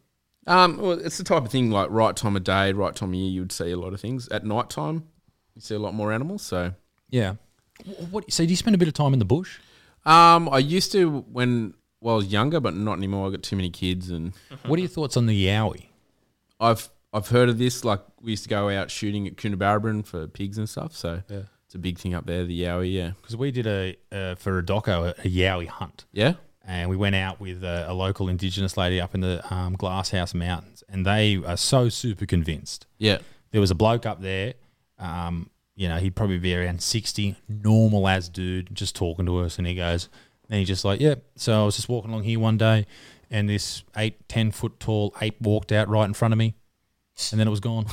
Speaker 5: Um, well, it's the type of thing like right time of day, right time of year. You would see a lot of things at night time. You see a lot more animals. So,
Speaker 2: Yeah. What? So do you spend a bit of time in the bush?
Speaker 5: um, I used to when well, I was younger, but not anymore. I got too many kids, and
Speaker 2: What are your thoughts on the yowie?
Speaker 5: I've I've heard of this. Like we used to go out shooting at Coonabarabran for pigs and stuff. So it's a big thing up there. The yowie. Yeah.
Speaker 2: Because we did a uh, for a doco a, a yowie hunt.
Speaker 5: Yeah.
Speaker 2: and we went out with a, a local Indigenous lady up in the um, Glasshouse Mountains, and they are so super convinced.
Speaker 5: Yeah. [LAUGHS]
Speaker 2: There was a bloke up there, um, you know, he'd probably be around sixty, normal as dude, just talking to us, and he goes, and he's just like, yeah. So I was just walking along here one day, and this eight, ten foot tall ape walked out right in front of me, and then it was gone.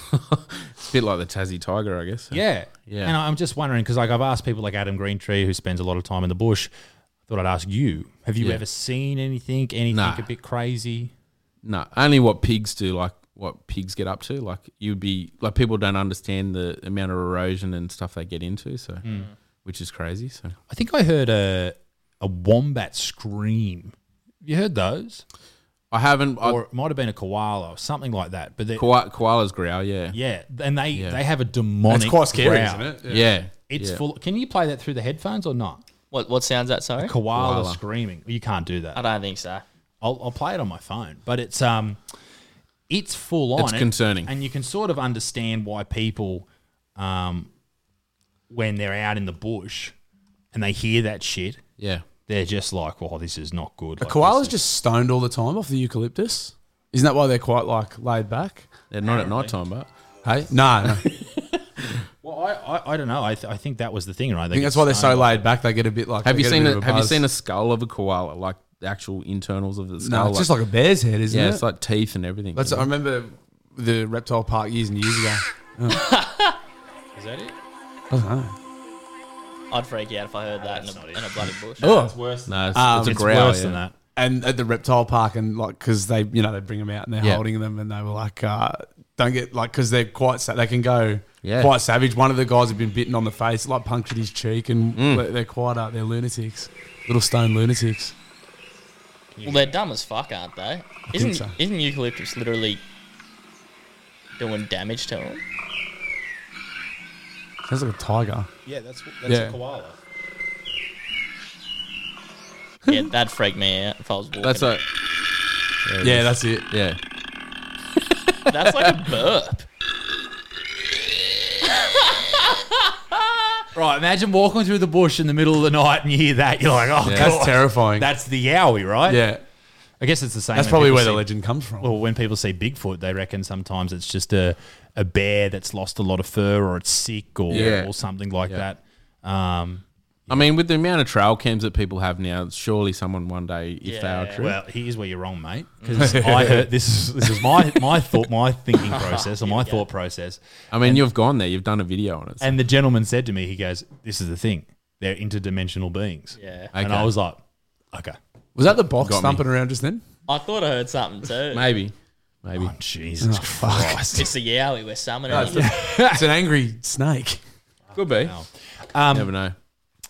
Speaker 5: It's a bit like the Tassie tiger, I guess.
Speaker 2: Yeah,
Speaker 5: Yeah.
Speaker 2: And I'm just wondering because like I've asked people like Adam Greentree, who spends a lot of time in the bush. I thought I'd ask you: Have you
Speaker 5: Yeah.
Speaker 2: ever seen anything, anything
Speaker 5: Nah.
Speaker 2: a bit crazy?
Speaker 5: No, only what pigs do, like what pigs get up to. Like you'd be like people don't understand the amount of erosion and stuff they get into, so
Speaker 2: Mm.
Speaker 5: which is crazy. So
Speaker 2: I think I heard a a wombat scream. You heard those,
Speaker 5: I haven't I,
Speaker 2: or it might have been a koala or something like that. But they,
Speaker 5: koa- koalas growl, yeah,
Speaker 2: yeah, and they they have a demonic.
Speaker 4: It's quite scary,
Speaker 2: growl.
Speaker 4: isn't it?
Speaker 5: yeah,
Speaker 2: It's
Speaker 5: yeah.
Speaker 2: full. Can you play that through the headphones or not?
Speaker 3: What what sounds that? Sorry,
Speaker 2: Koala,
Speaker 5: Koala.
Speaker 2: screaming. You can't do
Speaker 3: I
Speaker 2: that.
Speaker 3: don't think so.
Speaker 2: I'll, I'll play it on my phone, but it's um, it's full on.
Speaker 5: It's
Speaker 2: And-
Speaker 5: concerning.
Speaker 2: and you can sort of understand why people, um, when they're out in the bush, and they hear that shit,
Speaker 5: yeah.
Speaker 2: they're just like, "Oh, this is not good."
Speaker 4: A
Speaker 2: Like, this
Speaker 4: koala's
Speaker 2: is-
Speaker 4: just stoned all the time off the eucalyptus. Isn't that why they're quite like laid back?
Speaker 5: They're not at night time, but
Speaker 4: Hey, no, no. I [LAUGHS]
Speaker 2: Well, I, I, I don't know. I, th- I think that was the thing, right? I
Speaker 4: think that's why they're so laid back. They get a bit like.
Speaker 5: have
Speaker 4: they
Speaker 5: you
Speaker 4: get a
Speaker 5: seen
Speaker 4: bit
Speaker 5: a,
Speaker 4: of
Speaker 5: have you
Speaker 4: buzz.
Speaker 5: seen a skull of a koala, like the actual internals of the skull?
Speaker 4: No, it's just like a bear's head, isn't
Speaker 5: yeah,
Speaker 4: it?
Speaker 5: it's like teeth and everything.
Speaker 4: That's. I remember the reptile park years and years ago.
Speaker 2: Is that it?
Speaker 3: I'd freak out if I heard that in a, in a bloody bush.
Speaker 4: oh,
Speaker 5: no, it's,
Speaker 4: Um,
Speaker 5: it's a
Speaker 4: It's
Speaker 5: growl.
Speaker 2: Ah, worse
Speaker 5: yeah.
Speaker 2: than that.
Speaker 4: and at the reptile park and like because they you know they bring them out and they're
Speaker 5: Yeah.
Speaker 4: holding them and they were like uh, don't get like because they're quite sa- they can go
Speaker 5: Yeah.
Speaker 4: quite savage. One of the guys had been bitten on the face, like punctured his cheek, and they're- they're quite uh, they're lunatics, little stone lunatics.
Speaker 3: Well, they're dumb as fuck, aren't they? Isn't
Speaker 4: so.
Speaker 3: isn't eucalyptus literally doing damage to them?
Speaker 4: Sounds like a tiger.
Speaker 2: Yeah, that's that's
Speaker 4: a Yeah.
Speaker 2: koala.
Speaker 3: Yeah, that'd freak me out if I was walking.
Speaker 5: That's a
Speaker 4: Yeah, that's it.
Speaker 5: yeah.
Speaker 3: That's like a burp.
Speaker 2: Right, imagine walking through the bush in the middle of the night and you hear that. You're like, oh, God.
Speaker 4: Yeah. That's terrifying.
Speaker 2: That's the yowie, right?
Speaker 4: Yeah,
Speaker 2: I guess it's the same.
Speaker 4: that's
Speaker 2: when
Speaker 4: probably
Speaker 2: people
Speaker 4: where the
Speaker 2: see-
Speaker 4: legend comes from.
Speaker 2: Well, when people see Bigfoot, they reckon sometimes it's just a, a bear that's lost a lot of fur or it's sick or,
Speaker 5: Yeah.
Speaker 2: or something like that. Um,
Speaker 5: I mean, with the amount of trail cams that people have now, surely someone one day, if they are
Speaker 3: Yeah.
Speaker 5: true,
Speaker 2: Well, here's where you're wrong, mate. Because I heard this is this is my my thought, my thinking process, or my thought process.
Speaker 5: I mean, you've gone there, you've done a video on it.
Speaker 2: And the gentleman said to me, he goes, "This is the thing. They're interdimensional beings."
Speaker 3: Yeah.
Speaker 2: And
Speaker 5: Okay.
Speaker 2: I was like, "Okay,
Speaker 4: Was that the box
Speaker 5: Got me.
Speaker 4: thumping around just then?
Speaker 3: I thought I heard something too.
Speaker 5: maybe, maybe.
Speaker 2: oh, Jesus Christ."
Speaker 3: It's a yowie. We're summoning him.
Speaker 4: [LAUGHS] it's an angry [LAUGHS] snake.
Speaker 5: Could be.
Speaker 2: Um,
Speaker 5: Never know.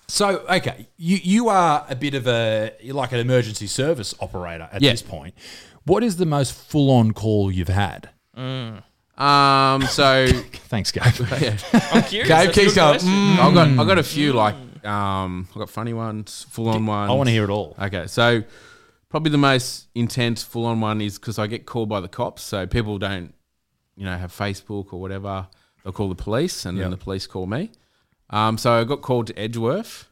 Speaker 2: So okay, you you are a bit of a you're like an emergency service operator at
Speaker 5: Yeah.
Speaker 2: this point. What is the most full on call you've had?
Speaker 5: Um, [LAUGHS] so
Speaker 2: Thanks, Gabe.
Speaker 5: yeah,
Speaker 3: [LAUGHS] I'm
Speaker 4: Gabe
Speaker 3: curious. that's a
Speaker 4: keeps
Speaker 3: good
Speaker 4: going.
Speaker 5: [LAUGHS]
Speaker 3: question.
Speaker 4: "Mm."
Speaker 5: I've got I've got a few like um, I've got funny ones, full on ones.
Speaker 2: I want to hear it all.
Speaker 5: Okay, so probably the most intense full on one is because I get called by the cops. So people don't, you know, have Facebook or whatever. They'll call the police and
Speaker 2: Yeah.
Speaker 5: then the police call me. Um, so I got called to Edgeworth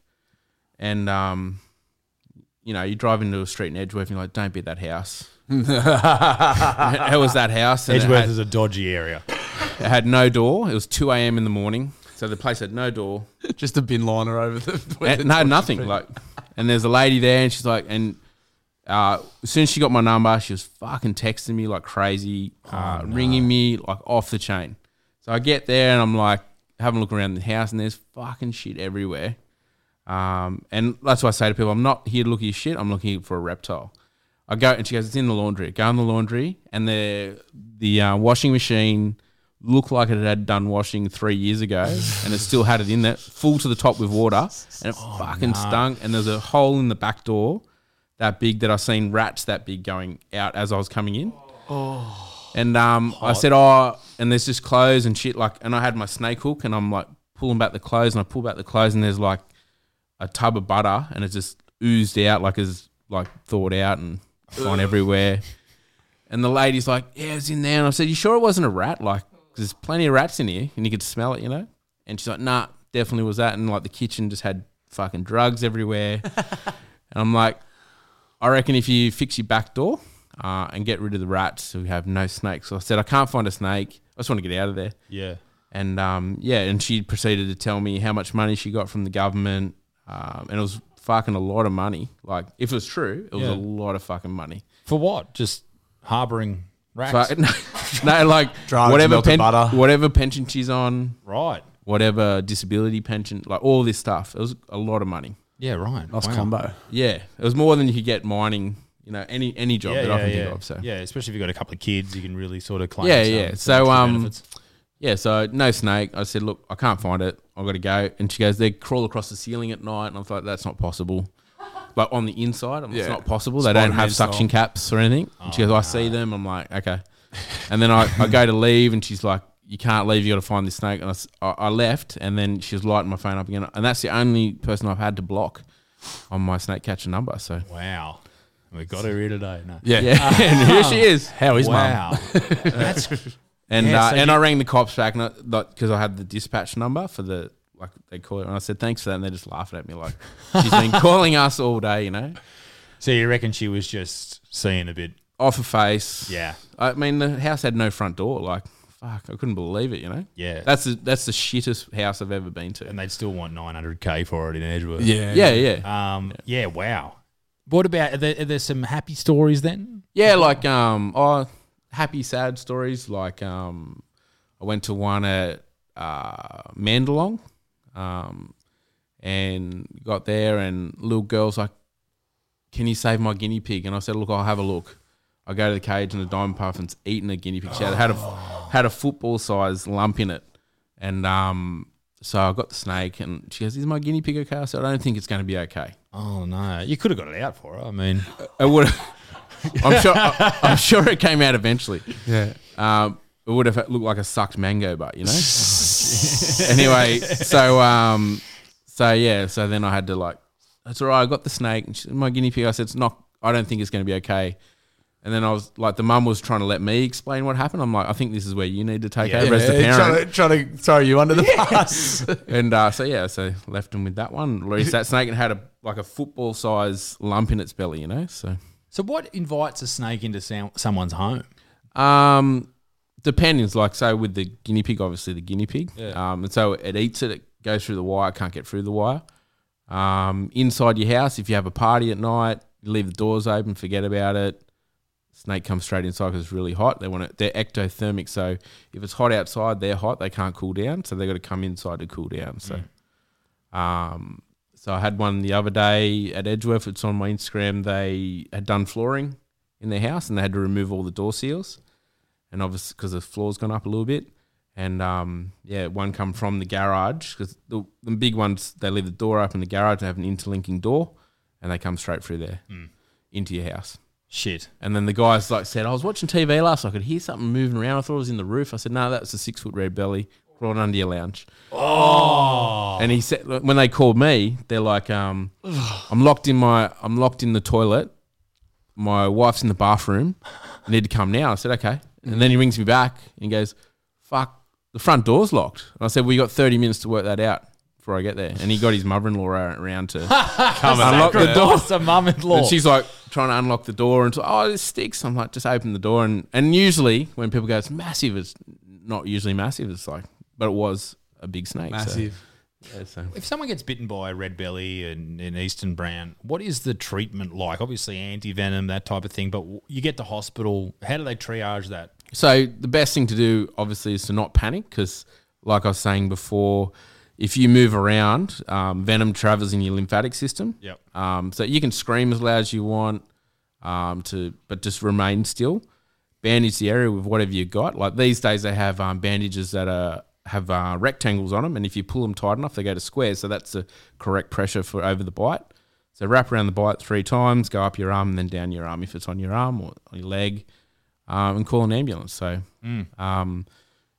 Speaker 5: and, um, you know, you drive into a street in Edgeworth and you're like, don't be at
Speaker 2: [LAUGHS]
Speaker 5: that house. it was that house. and it
Speaker 2: Edgeworth
Speaker 5: had-
Speaker 2: is a dodgy area.
Speaker 5: it had no door. It was 2 a.m. in the morning. So the place had no door.
Speaker 4: Just a bin liner over the. [LAUGHS] where
Speaker 5: And,
Speaker 4: the
Speaker 5: Eh, no,
Speaker 4: torches
Speaker 5: nothing.
Speaker 4: been.
Speaker 5: Like, and there's a lady there, and she's like, and uh, as soon as she got my number, she was fucking texting me like crazy, uh, ringing me like off the chain. So I get there and I'm like having a look around the house, and there's fucking shit everywhere. Um, and that's why I say to people, I'm not here to look at your shit. I'm looking for a reptile. I go and she goes, it's in the laundry. Go in the laundry, and the the uh, washing machine looked like it had done washing three years ago, and it still had it in there, full to the top with water, and it fucking stunk. And there's a hole in the back door that big that I seen rats that big going out as I was coming in. And um, I said, oh, and there's just clothes and shit. Like, and I had my snake hook, and I'm like pulling back the clothes, and I pull back the clothes, and there's like a tub of butter, and it just oozed out, like it's like thawed out and gone everywhere. And the lady's like, yeah, it's in there. And I said, you sure it wasn't a rat? Like, 'cause there's plenty of rats in here, and you could smell it, you know. And she's like, nah, definitely was that. And like the kitchen just had fucking drugs everywhere. and I'm like, I reckon if you fix your back door uh, and get rid of the rats, we have no snakes. So I said, I can't find a snake. I just want to get out of there.
Speaker 2: Yeah.
Speaker 5: And um, yeah, and she proceeded to tell me how much money she got from the government. Um, and it was fucking a lot of money. Like, if it was true, it was
Speaker 2: Yeah.
Speaker 5: a lot of fucking money.
Speaker 2: For what? Just harboring rats.
Speaker 5: But [LAUGHS] no,
Speaker 2: [LAUGHS]
Speaker 5: no, like,
Speaker 4: Drugs,
Speaker 5: whatever,
Speaker 4: melted
Speaker 5: pen-
Speaker 4: butter.
Speaker 5: whatever pension she's on,
Speaker 2: right.
Speaker 5: whatever disability pension, like all this stuff, it was a lot of money.
Speaker 2: Yeah. Right.
Speaker 4: Nice
Speaker 2: Wow.
Speaker 4: combo.
Speaker 5: Yeah, it was more than you could get mining, you know, any any job
Speaker 2: Yeah.
Speaker 5: that
Speaker 2: Yeah,
Speaker 5: I can
Speaker 2: yeah.
Speaker 5: think of. So,
Speaker 2: yeah. Especially if you've got a couple of kids, you can really sort of claim.
Speaker 5: Yeah,
Speaker 2: some-
Speaker 5: yeah.
Speaker 2: some
Speaker 5: So,
Speaker 2: extra
Speaker 5: um,
Speaker 2: benefits.
Speaker 5: Yeah, so no snake. I said, look, I can't find it. I've got to go. And she goes, they crawl across the ceiling at night. And I was like, that's not possible. Like on the inside, I'm like, it's
Speaker 4: Yeah.
Speaker 5: not possible. They don't
Speaker 4: Spider-Man
Speaker 5: have suction
Speaker 4: style.
Speaker 5: caps or anything. And she goes, "Oh, I see them. I'm like, okay. And then I, I go to leave and she's like, you can't leave. You got to find this snake. And I s- I, I left. And then she was lighting my phone up again. And that's the only person I've had to block on my snake catcher number. So, [LAUGHS]
Speaker 2: wow. We got her here today. No.
Speaker 4: Yeah.
Speaker 5: yeah. and here she is.
Speaker 4: How is mum?
Speaker 2: Wow. That's
Speaker 5: And
Speaker 2: Yeah,
Speaker 5: uh,
Speaker 2: so
Speaker 5: and
Speaker 2: you-
Speaker 5: I rang the cops back and because I had the dispatch number for the like they call it and I said thanks for that and they're just laughing at
Speaker 2: [LAUGHS]
Speaker 5: me like she's been calling us all day you know
Speaker 2: so you reckon she was just seeing a bit?
Speaker 5: off her face
Speaker 2: Yeah.
Speaker 5: I mean the house had no front door like fuck I couldn't believe it you know
Speaker 2: Yeah.
Speaker 5: that's the, that's the shittest house I've ever been to
Speaker 2: And they'd still want 900k for it in Edgeworth.
Speaker 4: Yeah.
Speaker 5: yeah yeah
Speaker 2: Um, yeah. wow. What about are there, are there some happy stories then?
Speaker 5: Yeah, like um, oh, happy sad stories. Like um, I went to one at uh, Mandalong, um, and got there, and little girl's like, "Can you save my guinea pig?" And I said, "Look, I'll have a look." I go to the cage, and the diamond puffin's eating a guinea pig. She had, had a had a football size lump in it, and um, so I got the snake, and she goes, "Is my guinea pig okay?" I said, "I don't think it's going to be okay."
Speaker 2: Oh no, you could have got it out for her. I mean,
Speaker 5: It would. I'm sure. I'm sure it came out eventually.
Speaker 4: Yeah.
Speaker 5: Um, It would have looked like a sucked mango, but you know. [LAUGHS] anyway, so um, so yeah, so then I had to like, that's all right. I got the snake. And she, my guinea pig. I said, it's not. I don't think it's going to be okay. And then I was like, the mum was trying to let me explain what happened. I'm like, I think this is where you need to take over as the parent.
Speaker 4: trying, to, trying to throw you [LAUGHS] under the bus.
Speaker 5: And uh, so yeah, so left him with that one. Released that snake and had a like a football size lump in its belly, you know. So
Speaker 2: So what invites a snake into sou- someone's home?
Speaker 5: um, depends. Like so with the guinea pig, obviously the guinea pig. Um, and so it eats it. It goes through the wire. Can't get through the wire. Um, inside your house, if you have a party at night, you leave the doors open. Forget about it. Snake comes straight inside because it's really hot. They want it. They're ectothermic, so if it's hot outside, they're hot. They can't cool down, so they got to come inside to cool down. So. Um, so I had one the other day at Edgeworth. It's on my Instagram. They had done flooring in their house and they had to remove all the door seals, and obviously because the floor's gone up a little bit. And um, yeah, one come from the garage because the, the big ones they leave the door open. The garage they have an interlinking door, and they come straight through there into your house.
Speaker 2: Shit.
Speaker 5: And then the guys like said, I was watching TV last. I could hear something moving around. I thought it was in the roof. I said, No, that was a six foot red belly crawling under your lounge. Oh. And he said, when they called me, they're like, um, I'm locked in my, I'm locked in the toilet. My wife's in the bathroom. I need to come now. I said, okay. And then he rings me back and he goes, fuck, the front door's locked. And I said, well, you got 30 minutes to work that out before I get there. And he got his mother-in-law around to come and unlock the door.
Speaker 2: It's a mum-in-law.
Speaker 5: And she's like trying to unlock the door and so, oh, this sticks. I'm like, just open the door. And, and usually when people go, it's massive, it's not usually massive. It's like, but it was a big snake. so- yeah, so.
Speaker 2: if someone gets bitten by a red belly and an eastern brown, what is the treatment like? Obviously, anti venom, that type of thing. But w- you get to hospital. How do they triage that?
Speaker 5: So the best thing to do, obviously, is to not panic because, like I was saying before, if you move around, um, venom travels in your lymphatic system.
Speaker 2: Yep.
Speaker 5: Um, so you can scream as loud as you want, um, to but just remain still. Bandage the area with whatever you got. Like these days, they have um, bandages that are have uh, rectangles on them, and if you pull them tight enough, they go to squares. So that's the correct pressure for over the bite. So wrap around the bite three times, go up your arm, and then down your arm if it's on your arm or on your leg um, and call an ambulance. So,
Speaker 4: Mm.
Speaker 5: um,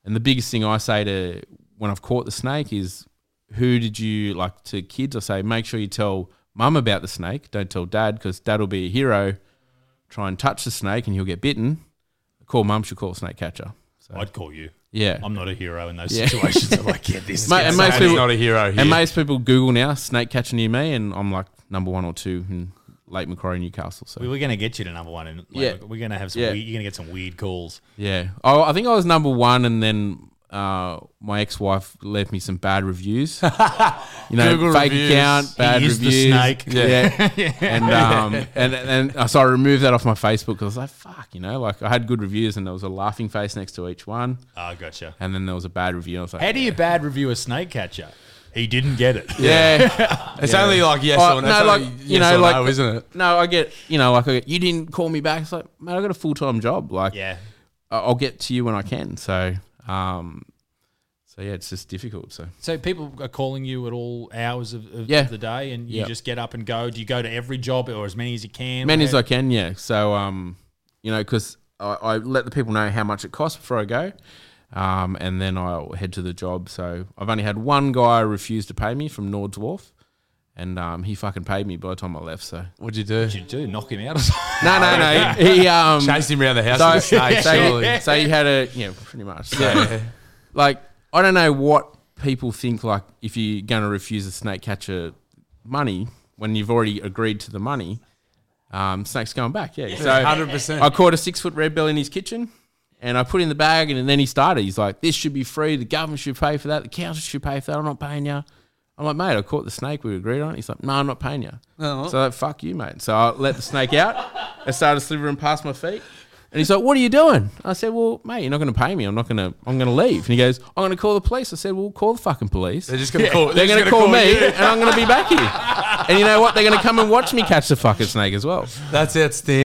Speaker 5: and the biggest thing I say to when I've caught the snake is, who did you like to kids? I say, make sure you tell mum about the snake. Don't tell dad because dad will be a hero. Try and touch the snake and he'll get bitten. Call mum, she'll call a snake catcher. So,
Speaker 2: I'd call you.
Speaker 5: yeah.
Speaker 2: I'm not a hero in those
Speaker 5: Yeah.
Speaker 2: situations.
Speaker 5: [LAUGHS]
Speaker 2: I'm like, get this.
Speaker 5: Ma-
Speaker 2: guy's
Speaker 5: and most
Speaker 4: He's
Speaker 5: people,
Speaker 4: not a hero here.
Speaker 5: and most people Google now snake catcher near me, and I'm like number one or two in Lake Macquarie, Newcastle. So
Speaker 2: We were going to get you to number one, and like,
Speaker 5: Yeah.
Speaker 2: we're going to have some.
Speaker 5: Yeah.
Speaker 2: Weird, you're going to get some weird calls.
Speaker 5: Yeah. Oh, I think I was number one, and then uh, my ex-wife left me some bad reviews. you know,
Speaker 4: Google
Speaker 5: fake
Speaker 4: reviews.
Speaker 5: account, bad
Speaker 2: He is the
Speaker 5: reviews.
Speaker 2: snake.
Speaker 5: Yeah. [LAUGHS] And um, and and uh, so I removed that off my Facebook because I was like, fuck, you know, like I had good reviews, and there was a laughing face next to each one,
Speaker 2: Ah, gotcha.
Speaker 5: and then there was a bad review. And I was like,
Speaker 2: How do you bad review a snake catcher? He didn't get it.
Speaker 5: yeah. [LAUGHS]
Speaker 4: It's only like yes
Speaker 5: Oh,
Speaker 4: or no.
Speaker 5: no,
Speaker 4: It's
Speaker 5: like
Speaker 4: only
Speaker 5: you
Speaker 4: yes
Speaker 5: know,
Speaker 4: or
Speaker 5: like
Speaker 4: no, isn't it?
Speaker 5: No, I get you know, like I get, you didn't call me back. It's like, man, I got a full time job. Like,
Speaker 2: Yeah.
Speaker 5: I- I'll get to you when I can. So, um, so yeah, it's just difficult. So
Speaker 2: So people are calling you at all hours of, of
Speaker 5: Yeah.
Speaker 2: the day, and you
Speaker 5: Yeah.
Speaker 2: just get up and go. Do you go to every job or as many as you can?
Speaker 5: many as
Speaker 2: How-
Speaker 5: I can, yeah. So, um, you know, because I, I let the people know how much it costs before I go, um, and then I'll head to the job. So I've only had one guy refuse to pay me from Nord Dwarf, and um, he fucking paid me by the time I left. So
Speaker 4: What'd you do?
Speaker 2: you do knock him out. Or something?
Speaker 5: no, no, [LAUGHS] no. He um,
Speaker 4: Chased him around the house
Speaker 5: so,
Speaker 4: with a snake,
Speaker 5: [LAUGHS] so-
Speaker 4: surely.
Speaker 5: so you had a yeah, pretty much. So,
Speaker 4: [LAUGHS]
Speaker 5: like I don't know what people think. Like if you're going to refuse a snake catcher money when you've already agreed to the money, um, snake's going back. Yeah, so
Speaker 4: Hundred percent.
Speaker 5: I caught a six foot red bell in his kitchen. And I put it in the bag, and then he started. He's like, "This should be free. The government should pay for that. The council should pay for that. I'm not paying you." I'm like, "Mate, I caught the snake. We agreed on it." He's like, "No, I'm not paying you."
Speaker 4: Oh.
Speaker 5: So I'm like, fuck you, mate. So I let the snake out. [LAUGHS] It started slithering past my feet, and he's like, "What are you doing?" I said, "Well, mate, you're not going to pay me. I'm not going to. I'm going to leave." And he goes, "I'm going to call the police." I said, "Well, call the fucking police."
Speaker 4: They're just gonna call.
Speaker 5: They're
Speaker 4: just
Speaker 5: going to call, me,
Speaker 4: you.
Speaker 5: and I'm going to be back here. And you know what? They're going to come and watch me catch the fucking snake as well.
Speaker 4: That's outstanding.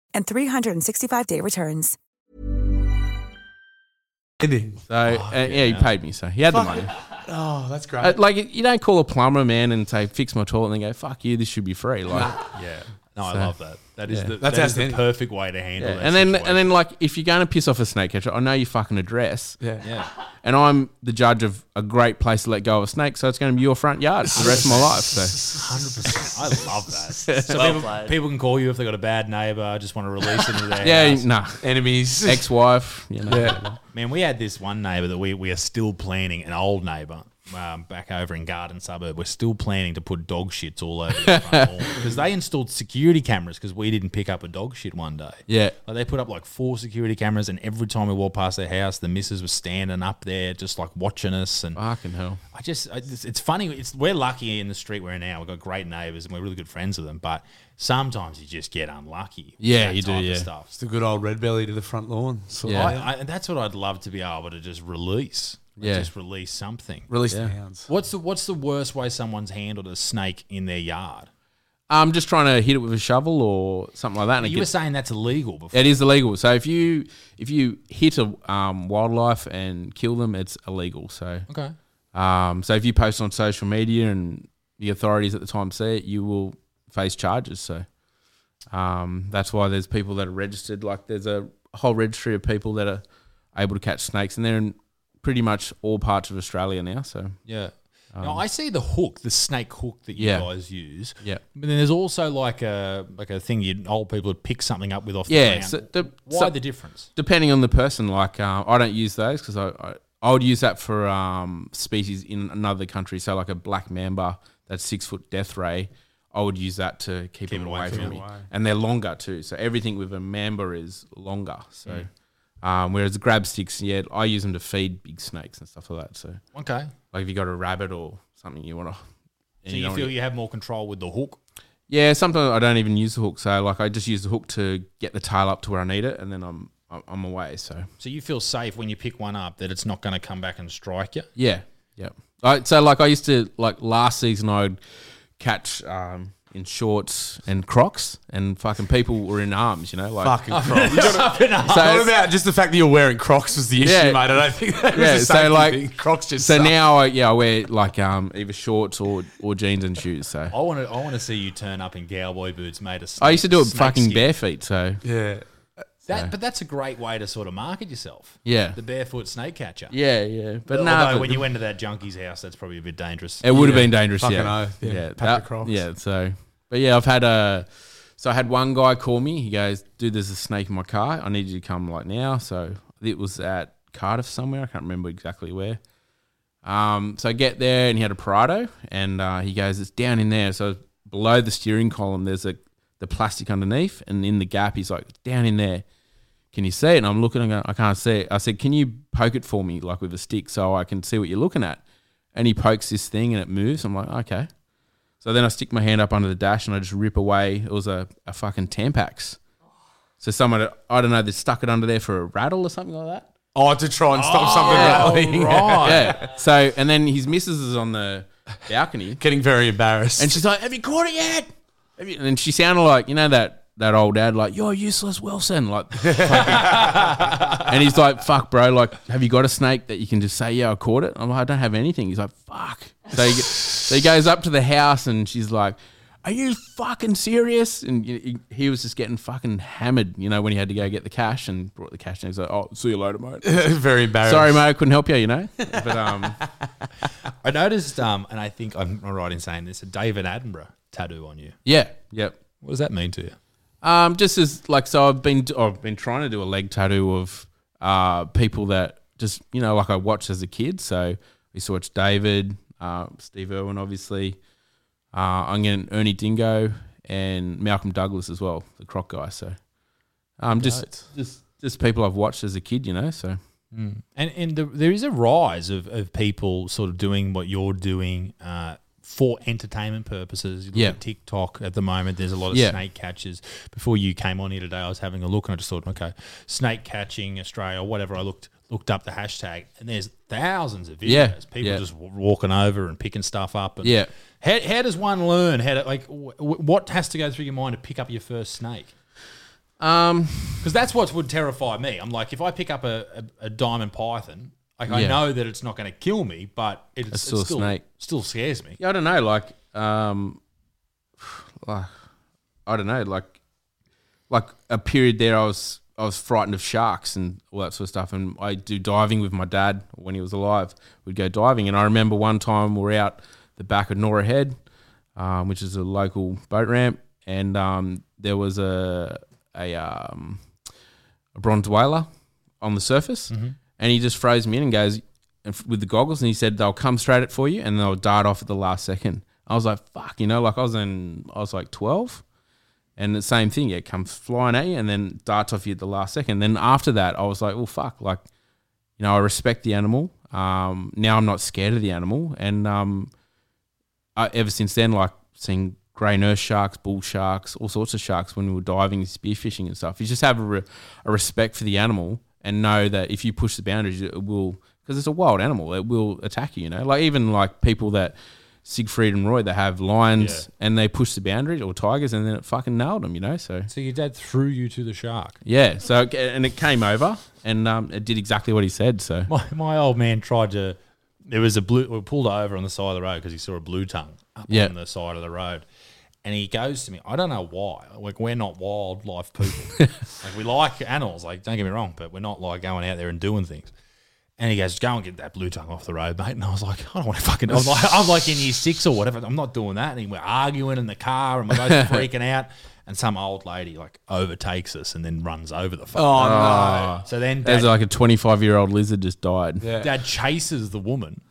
Speaker 6: and 365-day returns.
Speaker 4: Anything.
Speaker 5: So uh, yeah, he paid me, so he had the money.
Speaker 4: Oh, that's great.
Speaker 5: Uh, like you don't call a plumber man and say fix my toilet and they go fuck you, this should be free. Like
Speaker 2: [LAUGHS] Yeah. No, I love that. That is the that's that is
Speaker 4: That's
Speaker 2: the
Speaker 4: outstanding.
Speaker 2: perfect way to handle
Speaker 5: Yeah,
Speaker 2: that.
Speaker 5: and then
Speaker 2: situation.
Speaker 5: and then like if you're going to piss off a snake catcher, I know you fucking address.
Speaker 4: yeah.
Speaker 2: yeah.
Speaker 5: And I'm the judge of a great place to let go of a snake, so it's going to be your front yard for the rest of my life. So
Speaker 2: Hundred percent. I love that.
Speaker 5: [LAUGHS]
Speaker 2: So
Speaker 3: Well
Speaker 2: people,
Speaker 3: played.
Speaker 2: people can call you if they got a bad neighbor. Just want to release them to their
Speaker 5: [LAUGHS] yeah,
Speaker 2: house.
Speaker 5: nah,
Speaker 4: Enemies.
Speaker 5: ex-wife, you know.
Speaker 4: yeah.
Speaker 2: Man, we had this one neighbour that we, we are still planning, an old neighbour um, back over in Garden Suburb. We're still planning to put dog shits all over the front
Speaker 5: [LAUGHS]
Speaker 2: lawn because they installed security cameras because we didn't pick up a dog shit one day.
Speaker 5: Yeah.
Speaker 2: Like they put up like four security cameras, and every time we walked past their house, the missus was standing up there just like watching us. And
Speaker 5: Fucking hell.
Speaker 2: I just, I just it's funny. It's we're lucky in the street we're in now. We've got great neighbours and we're really good friends with them. But sometimes you just get unlucky. with
Speaker 5: Yeah,
Speaker 2: that
Speaker 5: you do,
Speaker 2: type of
Speaker 5: yeah.
Speaker 2: stuff.
Speaker 4: It's the good old red belly to the front lawn. So
Speaker 5: Yeah.
Speaker 2: I, I, and that's what I'd love to be able to just release. Like,
Speaker 5: Yeah.
Speaker 2: Just release something.
Speaker 4: Release the hounds.
Speaker 2: What's the What's the worst way someone's handled a snake in their yard?
Speaker 5: I'm just trying to hit it with a shovel or something like that. And it
Speaker 2: You were
Speaker 5: gets-
Speaker 2: saying that's illegal before.
Speaker 5: it is illegal. So if you if you hit a um, wildlife and kill them, it's illegal. So
Speaker 2: Okay.
Speaker 5: um, so if you post on social media and the authorities at the time see it, you will face charges. So um, that's why there's people that are registered. Like there's a whole registry of people that are able to catch snakes, and they're in pretty much all parts of Australia now. So
Speaker 2: Yeah. now I see the hook, the snake hook that you
Speaker 5: Um, Yeah.
Speaker 2: guys use.
Speaker 5: Yeah.
Speaker 2: But then there's also like a like a thing you old people would pick something up with off
Speaker 5: Yeah,
Speaker 2: the ground.
Speaker 5: so the-
Speaker 2: Why
Speaker 5: so-
Speaker 2: the difference?
Speaker 5: depending on the person, like uh, I don't use those because I, I I would use that for um, species in another country. So like a black mamba, that's six foot death ray. I would use that to keep, them away from me, and they're longer too. So everything with a mamba is longer. So, um, whereas grab sticks, yeah, I use them to feed big snakes and stuff like that. So,
Speaker 2: Okay.
Speaker 5: like if you got a rabbit or something you want to,
Speaker 2: So you, feel you have more control with the hook.
Speaker 5: yeah, sometimes I don't even use the hook. So like I just use the hook to get the tail up to where I need it, and then I'm I'm- I'm away. So
Speaker 2: So you feel safe when you pick one up that it's not going to come back and strike
Speaker 5: [LAUGHS]
Speaker 2: you.
Speaker 5: Yeah, yeah. I, so like I used to like last season I'd catch um, in shorts and Crocs, and fucking people were in arms. You know, like
Speaker 4: Fucking Crocs. What
Speaker 5: so.
Speaker 4: about just the fact that you're wearing Crocs was the issue,
Speaker 5: Yeah.
Speaker 4: mate? I don't think that was
Speaker 5: Yeah,
Speaker 4: the
Speaker 5: so
Speaker 4: safety
Speaker 5: like
Speaker 4: thing. Crocs just
Speaker 5: so
Speaker 4: suck.
Speaker 5: now I, yeah I wear like um either shorts or, or jeans and shoes so
Speaker 2: I want to. I want to see you turn up in cowboy boots made of. Snake,
Speaker 5: I used to do it
Speaker 2: snake
Speaker 5: fucking
Speaker 2: skin.
Speaker 5: barefoot so
Speaker 4: yeah.
Speaker 2: That, but that's a great way to sort of market yourself.
Speaker 5: Yeah.
Speaker 2: the barefoot snake catcher.
Speaker 5: yeah yeah but
Speaker 2: Although
Speaker 5: no
Speaker 2: when you went to that junkie's house, that's probably a bit dangerous.
Speaker 5: It would have
Speaker 4: Yeah.
Speaker 5: been dangerous.
Speaker 4: Fucking
Speaker 5: yeah.
Speaker 4: oath, yeah. Pack the
Speaker 5: that-
Speaker 4: Crocs.
Speaker 5: Yeah. So, but yeah, I've had a. So I had one guy call me. He goes, "Dude, there's a snake in my car. I need you to come like now." So it was at Cardiff somewhere. I can't remember exactly where. Um, so I get there and he had a Prado, and uh, he goes, "It's down in there." So below the steering column, there's a the plastic underneath, and in the gap, he's like, "Down in there." Can you see it? And I'm looking and I go, I can't see it. I said, Can you poke it for me, like with a stick, so I can see what you're looking at? and he pokes this thing and it moves. I'm like, okay. So then I stick my hand up under the dash and I just rip away. It was a, a fucking Tampax. So someone, had- I don't know, they stuck it under there for a rattle or something like that.
Speaker 4: Oh, to try and stop something
Speaker 5: [LAUGHS]
Speaker 4: rattling.
Speaker 2: Oh.
Speaker 5: Yeah. So, and then his missus is on the balcony
Speaker 4: Getting very
Speaker 2: [LAUGHS]
Speaker 4: embarrassed.
Speaker 5: and she's like, have you caught it yet? Have you? And she sounded like, you know, that, that old dad, like, you're useless, Wilson. Like, [LAUGHS] and he's like, fuck, bro. Like, have you got a snake that you can just say, yeah, I caught it? I'm like, I don't have anything. He's like, fuck. So he, so he goes up to the house and she's like, "Are you fucking serious?" And you know, he he was just getting fucking hammered, you know, when he had to go get the cash and brought the cash, and he's like, "Oh, see you later, mate."
Speaker 4: Very embarrassing.
Speaker 5: Sorry, mate, I couldn't help you, you know. But um,
Speaker 2: I noticed, um, and I think I'm not right in saying this, a David Attenborough tattoo on you.
Speaker 5: [LAUGHS] yeah, yep.
Speaker 2: What does that mean to you?
Speaker 5: Um, just as like so, I've been or I've been trying to do a leg tattoo of uh, people that just you know like I watched as a kid. So we saw it's David, uh, Steve Irwin, obviously. Uh, I'm getting Ernie Dingo and Malcolm Douglas as well, the croc guy. So um, just just just people I've watched as a kid, you know. So
Speaker 2: And and the, there is a rise of, of people sort of doing what you're doing uh, for entertainment purposes. You look
Speaker 5: Yeah.
Speaker 2: at TikTok at the moment. There's a lot of
Speaker 5: Yeah.
Speaker 2: snake catches. Before you came on here today, I was having a look and I just thought, okay, snake catching Australia, whatever. I looked looked up the hashtag and there's thousands of videos.
Speaker 5: Yeah,
Speaker 2: People
Speaker 5: yeah.
Speaker 2: just w- walking over and picking stuff up. And
Speaker 5: Yeah.
Speaker 2: How, how does one learn how to like w- what has to go through your mind to pick up your first snake?
Speaker 5: um,
Speaker 2: Because that's what would terrify me. I'm like, if I pick up a, a, a diamond python, like I
Speaker 5: Yeah.
Speaker 2: know that it's not going to kill me, but it, it's
Speaker 5: still
Speaker 2: it
Speaker 5: a
Speaker 2: still
Speaker 5: snake.
Speaker 2: Still scares me.
Speaker 5: yeah, I don't know, like um, [SIGHS] like I don't know, like like a period there I was I was frightened of sharks and all that sort of stuff and I do diving with my dad when he was alive. We'd go diving and I remember one time we're out the back of Nora Head, um, which is a local boat ramp, and um, there was a a, um, a bronze whaler on the surface and he just throws me in and goes and f- with the goggles and he said they'll come straight at for you and they'll dart off at the last second. I was like, fuck, you know, like I was in I was like twelve. And the same thing, yeah, it comes flying at you and then darts off you at the last second. Then after that, I was like, well, fuck, like, you know, I respect the animal. Um, now I'm not scared of the animal. And um, I, ever since then, like, seeing grey nurse sharks, bull sharks, all sorts of sharks when we were diving, spearfishing and stuff, you just have a, re- a respect for the animal and know that if you push the boundaries, it will, because it's a wild animal, it will attack you, you know? Like, even like people that, Siegfried and Roy, they have lions and they push the boundaries or tigers and then it fucking nailed them, you know? So,
Speaker 2: So your dad threw you to the shark.
Speaker 5: yeah. So, and it came over and um, it did exactly what he said. So,
Speaker 2: [LAUGHS] My, my old man tried to. There was a blue. We pulled over on the side of the road because he saw a blue tongue up
Speaker 5: Yeah.
Speaker 2: on the side of the road, and he goes to me. I don't know why. Like we're not wildlife people. like we like animals. Like don't get me wrong, but we're not like going out there and doing things. And he goes, "Go and get that blue tongue off the road, mate." And I was like, "I don't want to fucking." I'm like, I'm like in year six or whatever. I'm not doing that. And we're arguing in the car, and we're both freaking out. And some old lady like overtakes us and then runs over the fuck. Oh no! So then
Speaker 5: there's
Speaker 2: Dad-
Speaker 5: like a 25 year old lizard just died. Yeah.
Speaker 2: dad chases the woman,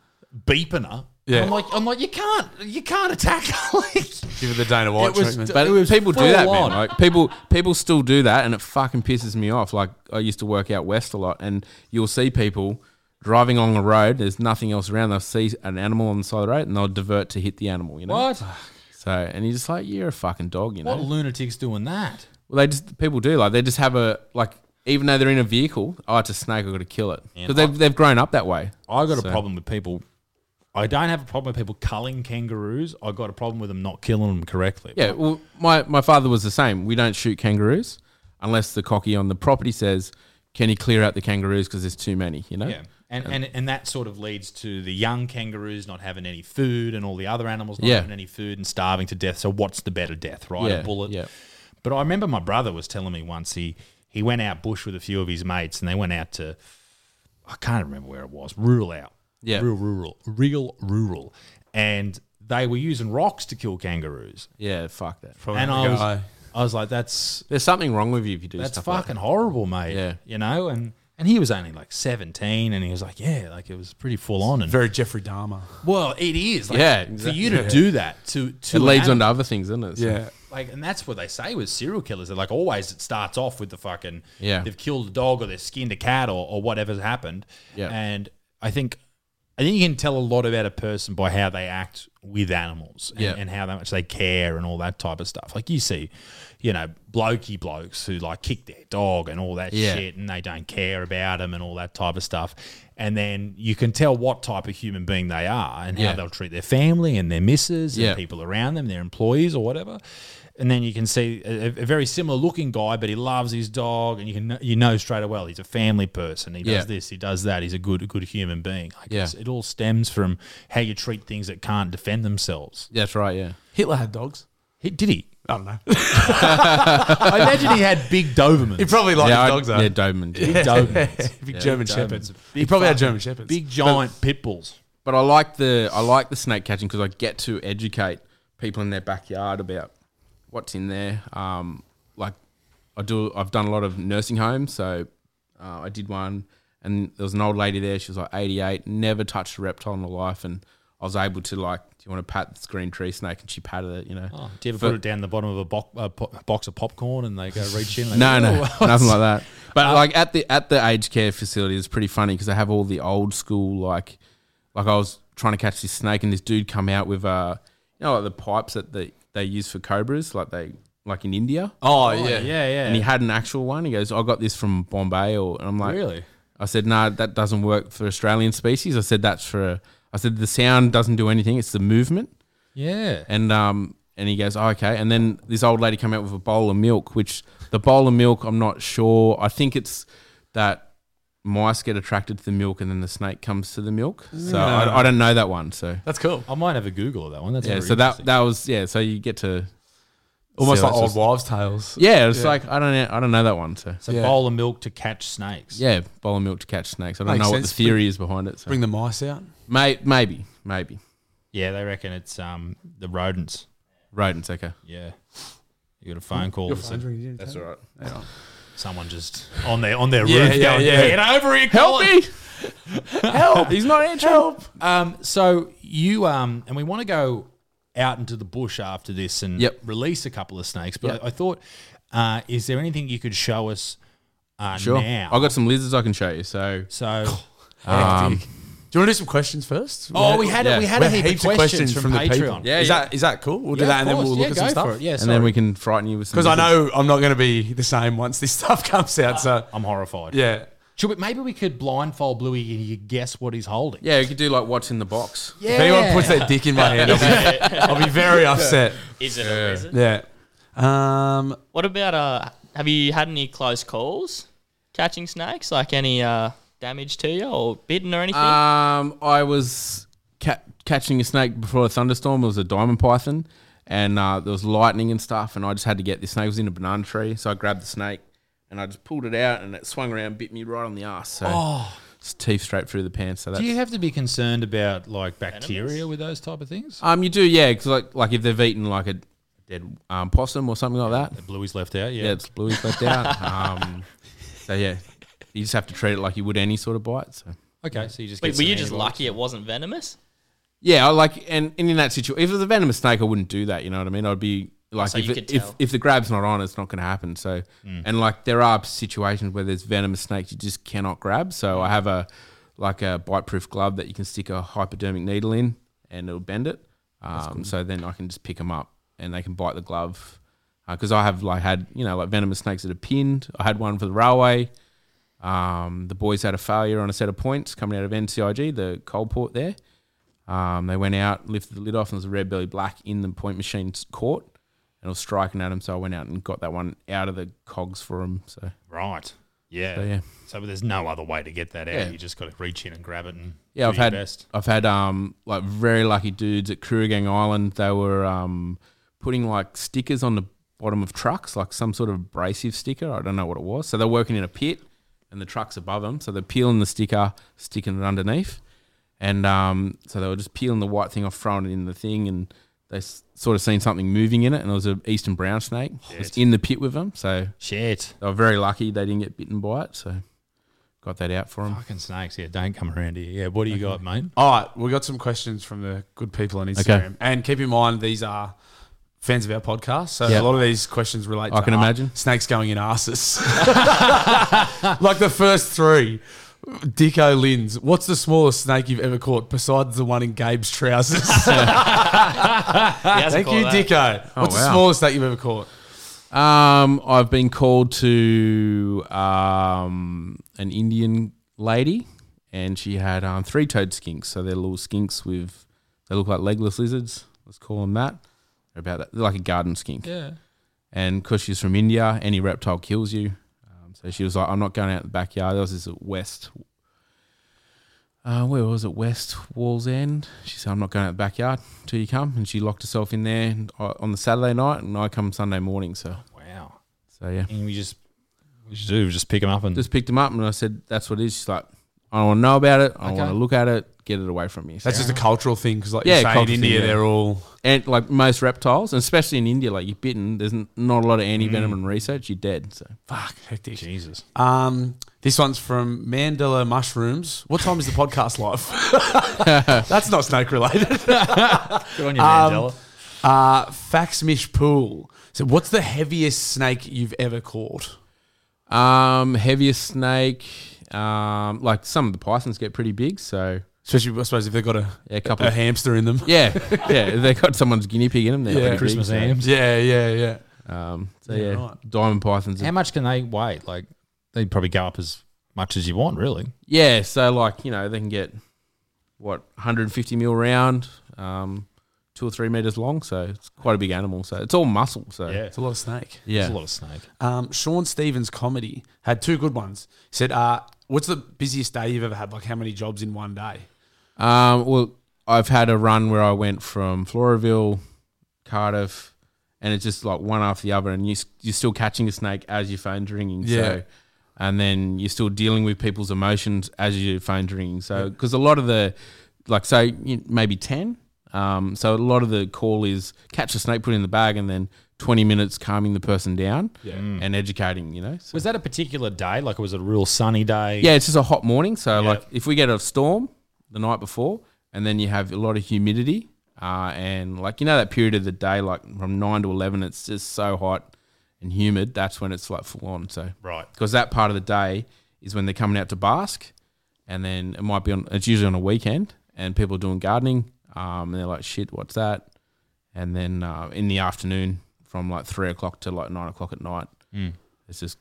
Speaker 2: beeping her.
Speaker 4: Yeah.
Speaker 2: I'm like, I'm like, you can't, you can't attack her. [LAUGHS] like,
Speaker 4: Give it the Dana White
Speaker 2: It was-
Speaker 4: treatment.
Speaker 5: But
Speaker 2: It was
Speaker 5: people do
Speaker 2: full
Speaker 5: that, man.
Speaker 2: on.
Speaker 5: Like people, people still do that, and it fucking pisses me off. Like I used to work out west a lot, and you'll see people driving on the road. There's nothing else around. They'll see an animal on the side of the road, and they'll divert to hit the animal. You know
Speaker 2: what?
Speaker 5: So, and you're just like, you're a fucking dog. You know
Speaker 2: What lunatics doing that?
Speaker 5: Well, they just people do like they just have a like even though they're in a vehicle. Oh, it's a snake. I've got to kill it because they've they've grown up that way.
Speaker 2: I got a problem with people. I don't have a problem with people culling kangaroos. I got a problem with them not killing them correctly.
Speaker 5: Yeah. Well, my my father was the same. We don't shoot kangaroos unless the cocky on the property says, "Can you clear out the kangaroos because there's too many?" You know.
Speaker 2: Yeah. And, and, and that sort of leads to the young kangaroos not having any food and all the other animals not
Speaker 5: Yeah.
Speaker 2: having any food and starving to death. So what's the better death, right?
Speaker 5: Yeah,
Speaker 2: a bullet.
Speaker 5: yeah.
Speaker 2: But I remember my brother was telling me once he he went out bush with a few of his mates and they went out to I can't remember where it was, rural out.
Speaker 5: Yeah.
Speaker 2: Real rural. Real rural. And they were using rocks to kill kangaroos.
Speaker 5: Yeah. Fuck that.
Speaker 2: and I was I was like, that's
Speaker 5: There's something wrong with you if you do
Speaker 2: that's
Speaker 5: stuff
Speaker 2: fucking horrible, mate.
Speaker 5: Yeah.
Speaker 2: You know, and and he was only like seventeen, and he was like, yeah, like it was pretty full on. And
Speaker 4: Very Jeffrey Dahmer.
Speaker 2: well, it is. Like,
Speaker 5: Yeah,
Speaker 2: For
Speaker 5: exactly.
Speaker 2: you to do that to to
Speaker 5: Like that. It leads
Speaker 2: an
Speaker 5: on to
Speaker 2: animal-
Speaker 5: other things, doesn't it? So-
Speaker 4: Yeah.
Speaker 2: like, and that's what they say with serial killers. They're like always it starts off with the fucking
Speaker 5: Yeah.
Speaker 2: They've killed a dog or they've skinned a cat or or whatever's happened.
Speaker 5: Yeah.
Speaker 2: and I think. I think you can tell a lot about a person by how they act with animals and,
Speaker 5: Yeah.
Speaker 2: and how much they care and all that type of stuff. Like you see, you know, blokey blokes who like kick their dog and all that
Speaker 5: Yeah.
Speaker 2: shit and they don't care about them and all that type of stuff. And then you can tell what type of human being they are and
Speaker 5: Yeah.
Speaker 2: how they'll treat their family and their missus and
Speaker 5: Yeah.
Speaker 2: people around them, their employees or whatever. And then you can see a, a very similar looking guy, but he loves his dog, and you can you know straight away well, he's a family person. He does
Speaker 5: Yeah.
Speaker 2: this, he does that. He's a good a good human being. I guess
Speaker 5: Yeah.
Speaker 2: it all stems from how you treat things that can't defend themselves.
Speaker 5: That's right. Yeah.
Speaker 4: Hitler had dogs.
Speaker 2: He, did he?
Speaker 4: I [LAUGHS] don't know.
Speaker 2: I imagine he had big Dobermans.
Speaker 4: He probably liked
Speaker 5: yeah,
Speaker 4: his
Speaker 5: I-
Speaker 4: dogs though.
Speaker 5: yeah, Doberman.
Speaker 2: big Dobermans.
Speaker 4: Big German shepherds.
Speaker 2: Dobermans.
Speaker 4: He probably had German shepherds.
Speaker 2: Big giant pit bulls.
Speaker 5: But I like the I like the snake catching because I get to educate people in their backyard about what's in there. Um, like I do, I've done a lot of nursing homes, so uh, I did one, and there was an old lady there. She was like 88, never touched a reptile in her life, and I was able to like, do you want to pat this green tree snake? And she patted it, you know.
Speaker 2: Oh, do you ever put it down the bottom of a, bo- a po- box of popcorn and they go reach in? And they
Speaker 5: No,
Speaker 2: go,
Speaker 5: no,
Speaker 2: "Oh, what's-"
Speaker 5: [LAUGHS] nothing like that. But
Speaker 4: Um,
Speaker 5: like at the at the aged care facility, it's pretty funny because they have all the old school like like I was trying to catch this snake and this dude come out with uh you know like the pipes that they they use for cobras like they like in India
Speaker 4: Oh, yeah.
Speaker 2: [LAUGHS] Yeah, yeah.
Speaker 5: and he had an actual one. He goes, I got this from Bombay or and I'm like
Speaker 2: Really?
Speaker 5: I said no, nah, that doesn't work for Australian species. I said that's for I said the sound doesn't do anything. It's the movement.
Speaker 2: yeah.
Speaker 5: And um and he goes, oh, okay. And then this old lady came out with a bowl of milk, which the bowl of milk, I'm not sure. I think it's that mice get attracted to the milk and then the snake comes to the milk. So I, I don't know that one. So
Speaker 4: That's cool.
Speaker 2: I might have a Google of that one. That's
Speaker 5: yeah,
Speaker 2: very
Speaker 5: so that
Speaker 2: interesting.
Speaker 5: that was yeah. So you get to
Speaker 4: Almost
Speaker 5: So
Speaker 4: like
Speaker 5: it's
Speaker 4: old
Speaker 5: just-
Speaker 4: wives' tales.
Speaker 5: yeah. It's like I don't know, I don't know that one. So
Speaker 2: so
Speaker 4: yeah.
Speaker 2: bowl of milk to catch snakes.
Speaker 5: yeah, bowl of milk to catch snakes. I don't
Speaker 4: Makes
Speaker 5: know what
Speaker 4: sense.
Speaker 5: the theory is behind it. So.
Speaker 4: Bring the mice out.
Speaker 5: May, maybe maybe
Speaker 2: yeah. They reckon it's um the rodents.
Speaker 5: rodents. Okay,
Speaker 2: Yeah, you got a phone call. that said
Speaker 5: that's all right.
Speaker 2: someone just on their on their
Speaker 4: Yeah,
Speaker 2: roof.
Speaker 4: yeah,
Speaker 2: going,
Speaker 4: yeah.
Speaker 2: Get over here,
Speaker 5: Help me!
Speaker 4: [LAUGHS] Help! He's not answering. Help!
Speaker 2: Um, so you um, and we want to go out into the bush after this and
Speaker 5: Yep.
Speaker 2: release a couple of snakes. But
Speaker 5: Yep.
Speaker 2: I, I thought, uh, is there anything you could show us uh,
Speaker 5: Sure.
Speaker 2: now?
Speaker 5: I got some lizards I can show you. So
Speaker 2: so.
Speaker 5: um,
Speaker 4: Do you want to do some questions first?
Speaker 2: Oh, we had
Speaker 5: Yeah.
Speaker 2: a we had
Speaker 4: We
Speaker 2: a
Speaker 4: have
Speaker 2: heap of
Speaker 4: heaps of
Speaker 2: questions, from,
Speaker 4: the people.
Speaker 2: Patreon.
Speaker 5: Yeah,
Speaker 4: is
Speaker 5: yeah.
Speaker 4: that is that cool? We'll do
Speaker 2: Yeah,
Speaker 4: that,
Speaker 2: of
Speaker 4: and then
Speaker 2: course.
Speaker 4: we'll look
Speaker 2: Yeah,
Speaker 4: at some
Speaker 2: go
Speaker 4: stuff.
Speaker 2: for it. Yeah,
Speaker 5: and then we can frighten you with some.
Speaker 4: Because I
Speaker 5: lizards.
Speaker 4: know I'm not going to be the same once this [LAUGHS] stuff comes out. So
Speaker 2: I'm horrified.
Speaker 4: yeah,
Speaker 2: Should we, maybe we could blindfold Bluey and you guess what he's holding.
Speaker 5: Yeah, you could do like what's in the box.
Speaker 2: Yeah.
Speaker 4: if anyone puts their dick in my hand, I'll be, I'll be very upset.
Speaker 3: Is it a lizard?
Speaker 4: Yeah. Um,
Speaker 3: What about uh? Have you had any close calls catching snakes? Like any uh damage to you or bitten or anything?
Speaker 5: Um, I was ca- catching a snake before a thunderstorm. It was a diamond python, and uh, there was lightning and stuff. And I just had to get this snake. It was in a banana tree, so I grabbed the snake and I just pulled it out, and it swung around, bit me right on the ass. So it's teeth straight through the pants. So that's
Speaker 2: Do you have to be concerned about like bacteria with those type of things?
Speaker 5: um, you do, yeah, because like like if they've eaten like a dead um, possum or something like that,
Speaker 2: Bluey's left out. Yeah.
Speaker 5: yeah, it's bluey's
Speaker 2: [LAUGHS]
Speaker 5: left out. Um, so yeah, you just have to treat it like you would any sort of bite. So.
Speaker 2: Okay, so you just
Speaker 3: Wait,
Speaker 2: get
Speaker 3: were
Speaker 2: some
Speaker 3: you
Speaker 2: antibiotics.
Speaker 3: just lucky it wasn't venomous?
Speaker 5: Yeah, I like and, and in that situation, if it was a venomous snake, I wouldn't do that. You know what I mean? I'd be like,
Speaker 3: So
Speaker 5: if,
Speaker 3: you
Speaker 5: it-
Speaker 3: could
Speaker 5: if
Speaker 3: tell.
Speaker 5: if the grab's not on, it's not going to happen. So, and like there are situations where there's venomous snakes you just cannot grab. So I have a like a bite-proof glove that you can stick a hypodermic needle in and it'll bend it. Um, so then I can just pick them up and they can bite the glove because I have like had you know like venomous snakes that are pinned. I had one for the railway. Um, the boys had a failure on a set of points coming out of NCIG, the Coalport there. Um, they went out, lifted the lid off, and there was a red belly black in the point machine's court, and it was striking at him. So I went out and got that one out of the cogs for him. So
Speaker 2: Right. Yeah.
Speaker 5: So, yeah.
Speaker 2: So there's no other way to get that out.
Speaker 5: Yeah.
Speaker 2: You just got to reach in and grab it and
Speaker 5: yeah,
Speaker 2: do
Speaker 5: I've
Speaker 2: your
Speaker 5: had
Speaker 2: best.
Speaker 5: I've had um like very lucky dudes at Kooragang Island. They were um putting like stickers on the bottom of trucks, like some sort of abrasive sticker. I don't know what it was. So they're working in a pit, and the truck's above them. So they're peeling the sticker, sticking it underneath. And um, so they were just peeling the white thing off, throwing it in the thing, and they s- sort of seen something moving in it, and it was an eastern brown snake. It was in the pit with them, so
Speaker 2: Shit.
Speaker 5: they were very lucky they didn't get bitten by it. So got that out for them.
Speaker 2: Fucking snakes. Yeah, don't come around here. Yeah, what do you got, mate?
Speaker 4: all right, we got some questions from the good people on Instagram, and keep in mind these are fans of our podcast, so a
Speaker 5: Yeah.
Speaker 4: lot of these questions relate.
Speaker 5: I
Speaker 4: to
Speaker 5: can
Speaker 4: ar-
Speaker 5: imagine.
Speaker 4: snakes going in asses, [LAUGHS] like the first three. Dico Lins, what's the smallest snake you've ever caught besides the one in Gabe's
Speaker 5: [LAUGHS]
Speaker 4: trousers? Thank you, Dico. What's the
Speaker 5: Oh, wow.
Speaker 4: smallest snake you've ever caught?
Speaker 5: Um, I've been called to um, an Indian lady, and she had um, three toed skinks. So they're little skinks with they look like legless lizards. Let's call them that. They're about that, they're like a garden skink.
Speaker 2: Yeah.
Speaker 5: And because she's from India, any reptile kills you. Um, so she was like, "I'm not going out in the backyard." There was this west uh, where was it? West Walls End. She said, I'm not going out the backyard till you come. And she locked herself in there and- uh, on the Saturday night, and I come Sunday morning. So,
Speaker 2: Wow.
Speaker 5: so yeah.
Speaker 2: And we just, we just do, we just pick them up and
Speaker 5: Just picked him up, and I said, That's what it is. She's like, I don't want to know about it. I don't
Speaker 4: Okay.
Speaker 5: want to look at it. Get it away from me. So-
Speaker 4: That's just a cultural thing because, like
Speaker 5: Yeah,
Speaker 4: you say, in
Speaker 5: cultural
Speaker 4: India,
Speaker 5: thing, yeah.
Speaker 4: they're all
Speaker 5: and like most reptiles, and especially in India, like you're bitten, there's n- not a lot of anti
Speaker 4: Mm.
Speaker 5: venom and research. You're dead. So
Speaker 4: fuck hectic.
Speaker 2: Jesus.
Speaker 4: Um, this one's from Mandela Mushrooms. What time is the podcast
Speaker 5: [LAUGHS]
Speaker 4: live? That's not snake related.
Speaker 2: Good on you, Mandela.
Speaker 4: Uh, Faxmish Pool. So, what's the heaviest snake you've ever caught?
Speaker 5: Um, heaviest snake. Um, like some of the pythons get pretty big, so
Speaker 4: Especially, I suppose, if they've got a, a
Speaker 5: Yeah, a couple
Speaker 4: a
Speaker 5: of-
Speaker 4: hamster in them.
Speaker 5: yeah, yeah, they got someone's guinea pig in them. They're
Speaker 4: Yeah.
Speaker 5: pretty big,
Speaker 2: Christmas
Speaker 5: so-
Speaker 2: hams.
Speaker 4: [LAUGHS] Yeah, yeah, yeah.
Speaker 5: Um, so
Speaker 4: Yeah,
Speaker 5: yeah,
Speaker 4: right.
Speaker 5: diamond pythons. are-
Speaker 2: How much can they weigh? Like, they'd probably go up as much as you want, really.
Speaker 5: yeah, so like you know they can get what 150 mil round, um, two or three meters long. So it's quite a big animal. So it's all muscle. So
Speaker 4: It's a lot of snake.
Speaker 5: yeah.
Speaker 2: It's a lot of snake.
Speaker 4: Um, Sean Stevens comedy had two good ones. He said, uh, "What's the busiest day you've ever had? Like how many jobs in one day?"
Speaker 5: Um, well, I've had a run where I went from Floraville, Cardiff, and it's just like one after the other, and you, s- you're still catching a snake as your phone's ringing.
Speaker 4: Yeah.
Speaker 5: So, and then you're still dealing with people's emotions as your phone's ringing. So, because a lot of the, like, so you- maybe 10. Um, so a lot of the call is catch the snake, put it in the bag, and then 20 minutes calming the person down and educating, you know. So.
Speaker 2: Was that a particular day? Like, it was a real sunny day?
Speaker 5: Yeah, it's just a hot morning. So
Speaker 2: Yeah.
Speaker 5: like if we get a storm the night before, and then you have a lot of humidity, uh, and like you know that period of the day, like from nine to eleven, it's just so hot and humid. That's when it's like full on. So
Speaker 2: Right.
Speaker 5: because that part of the day is when they're coming out to bask, and then it might be on. It's usually on a weekend, and people are doing gardening. Um, and they're like, shit, what's that? And then uh, in the afternoon, from like three o'clock to like nine o'clock at night, it's just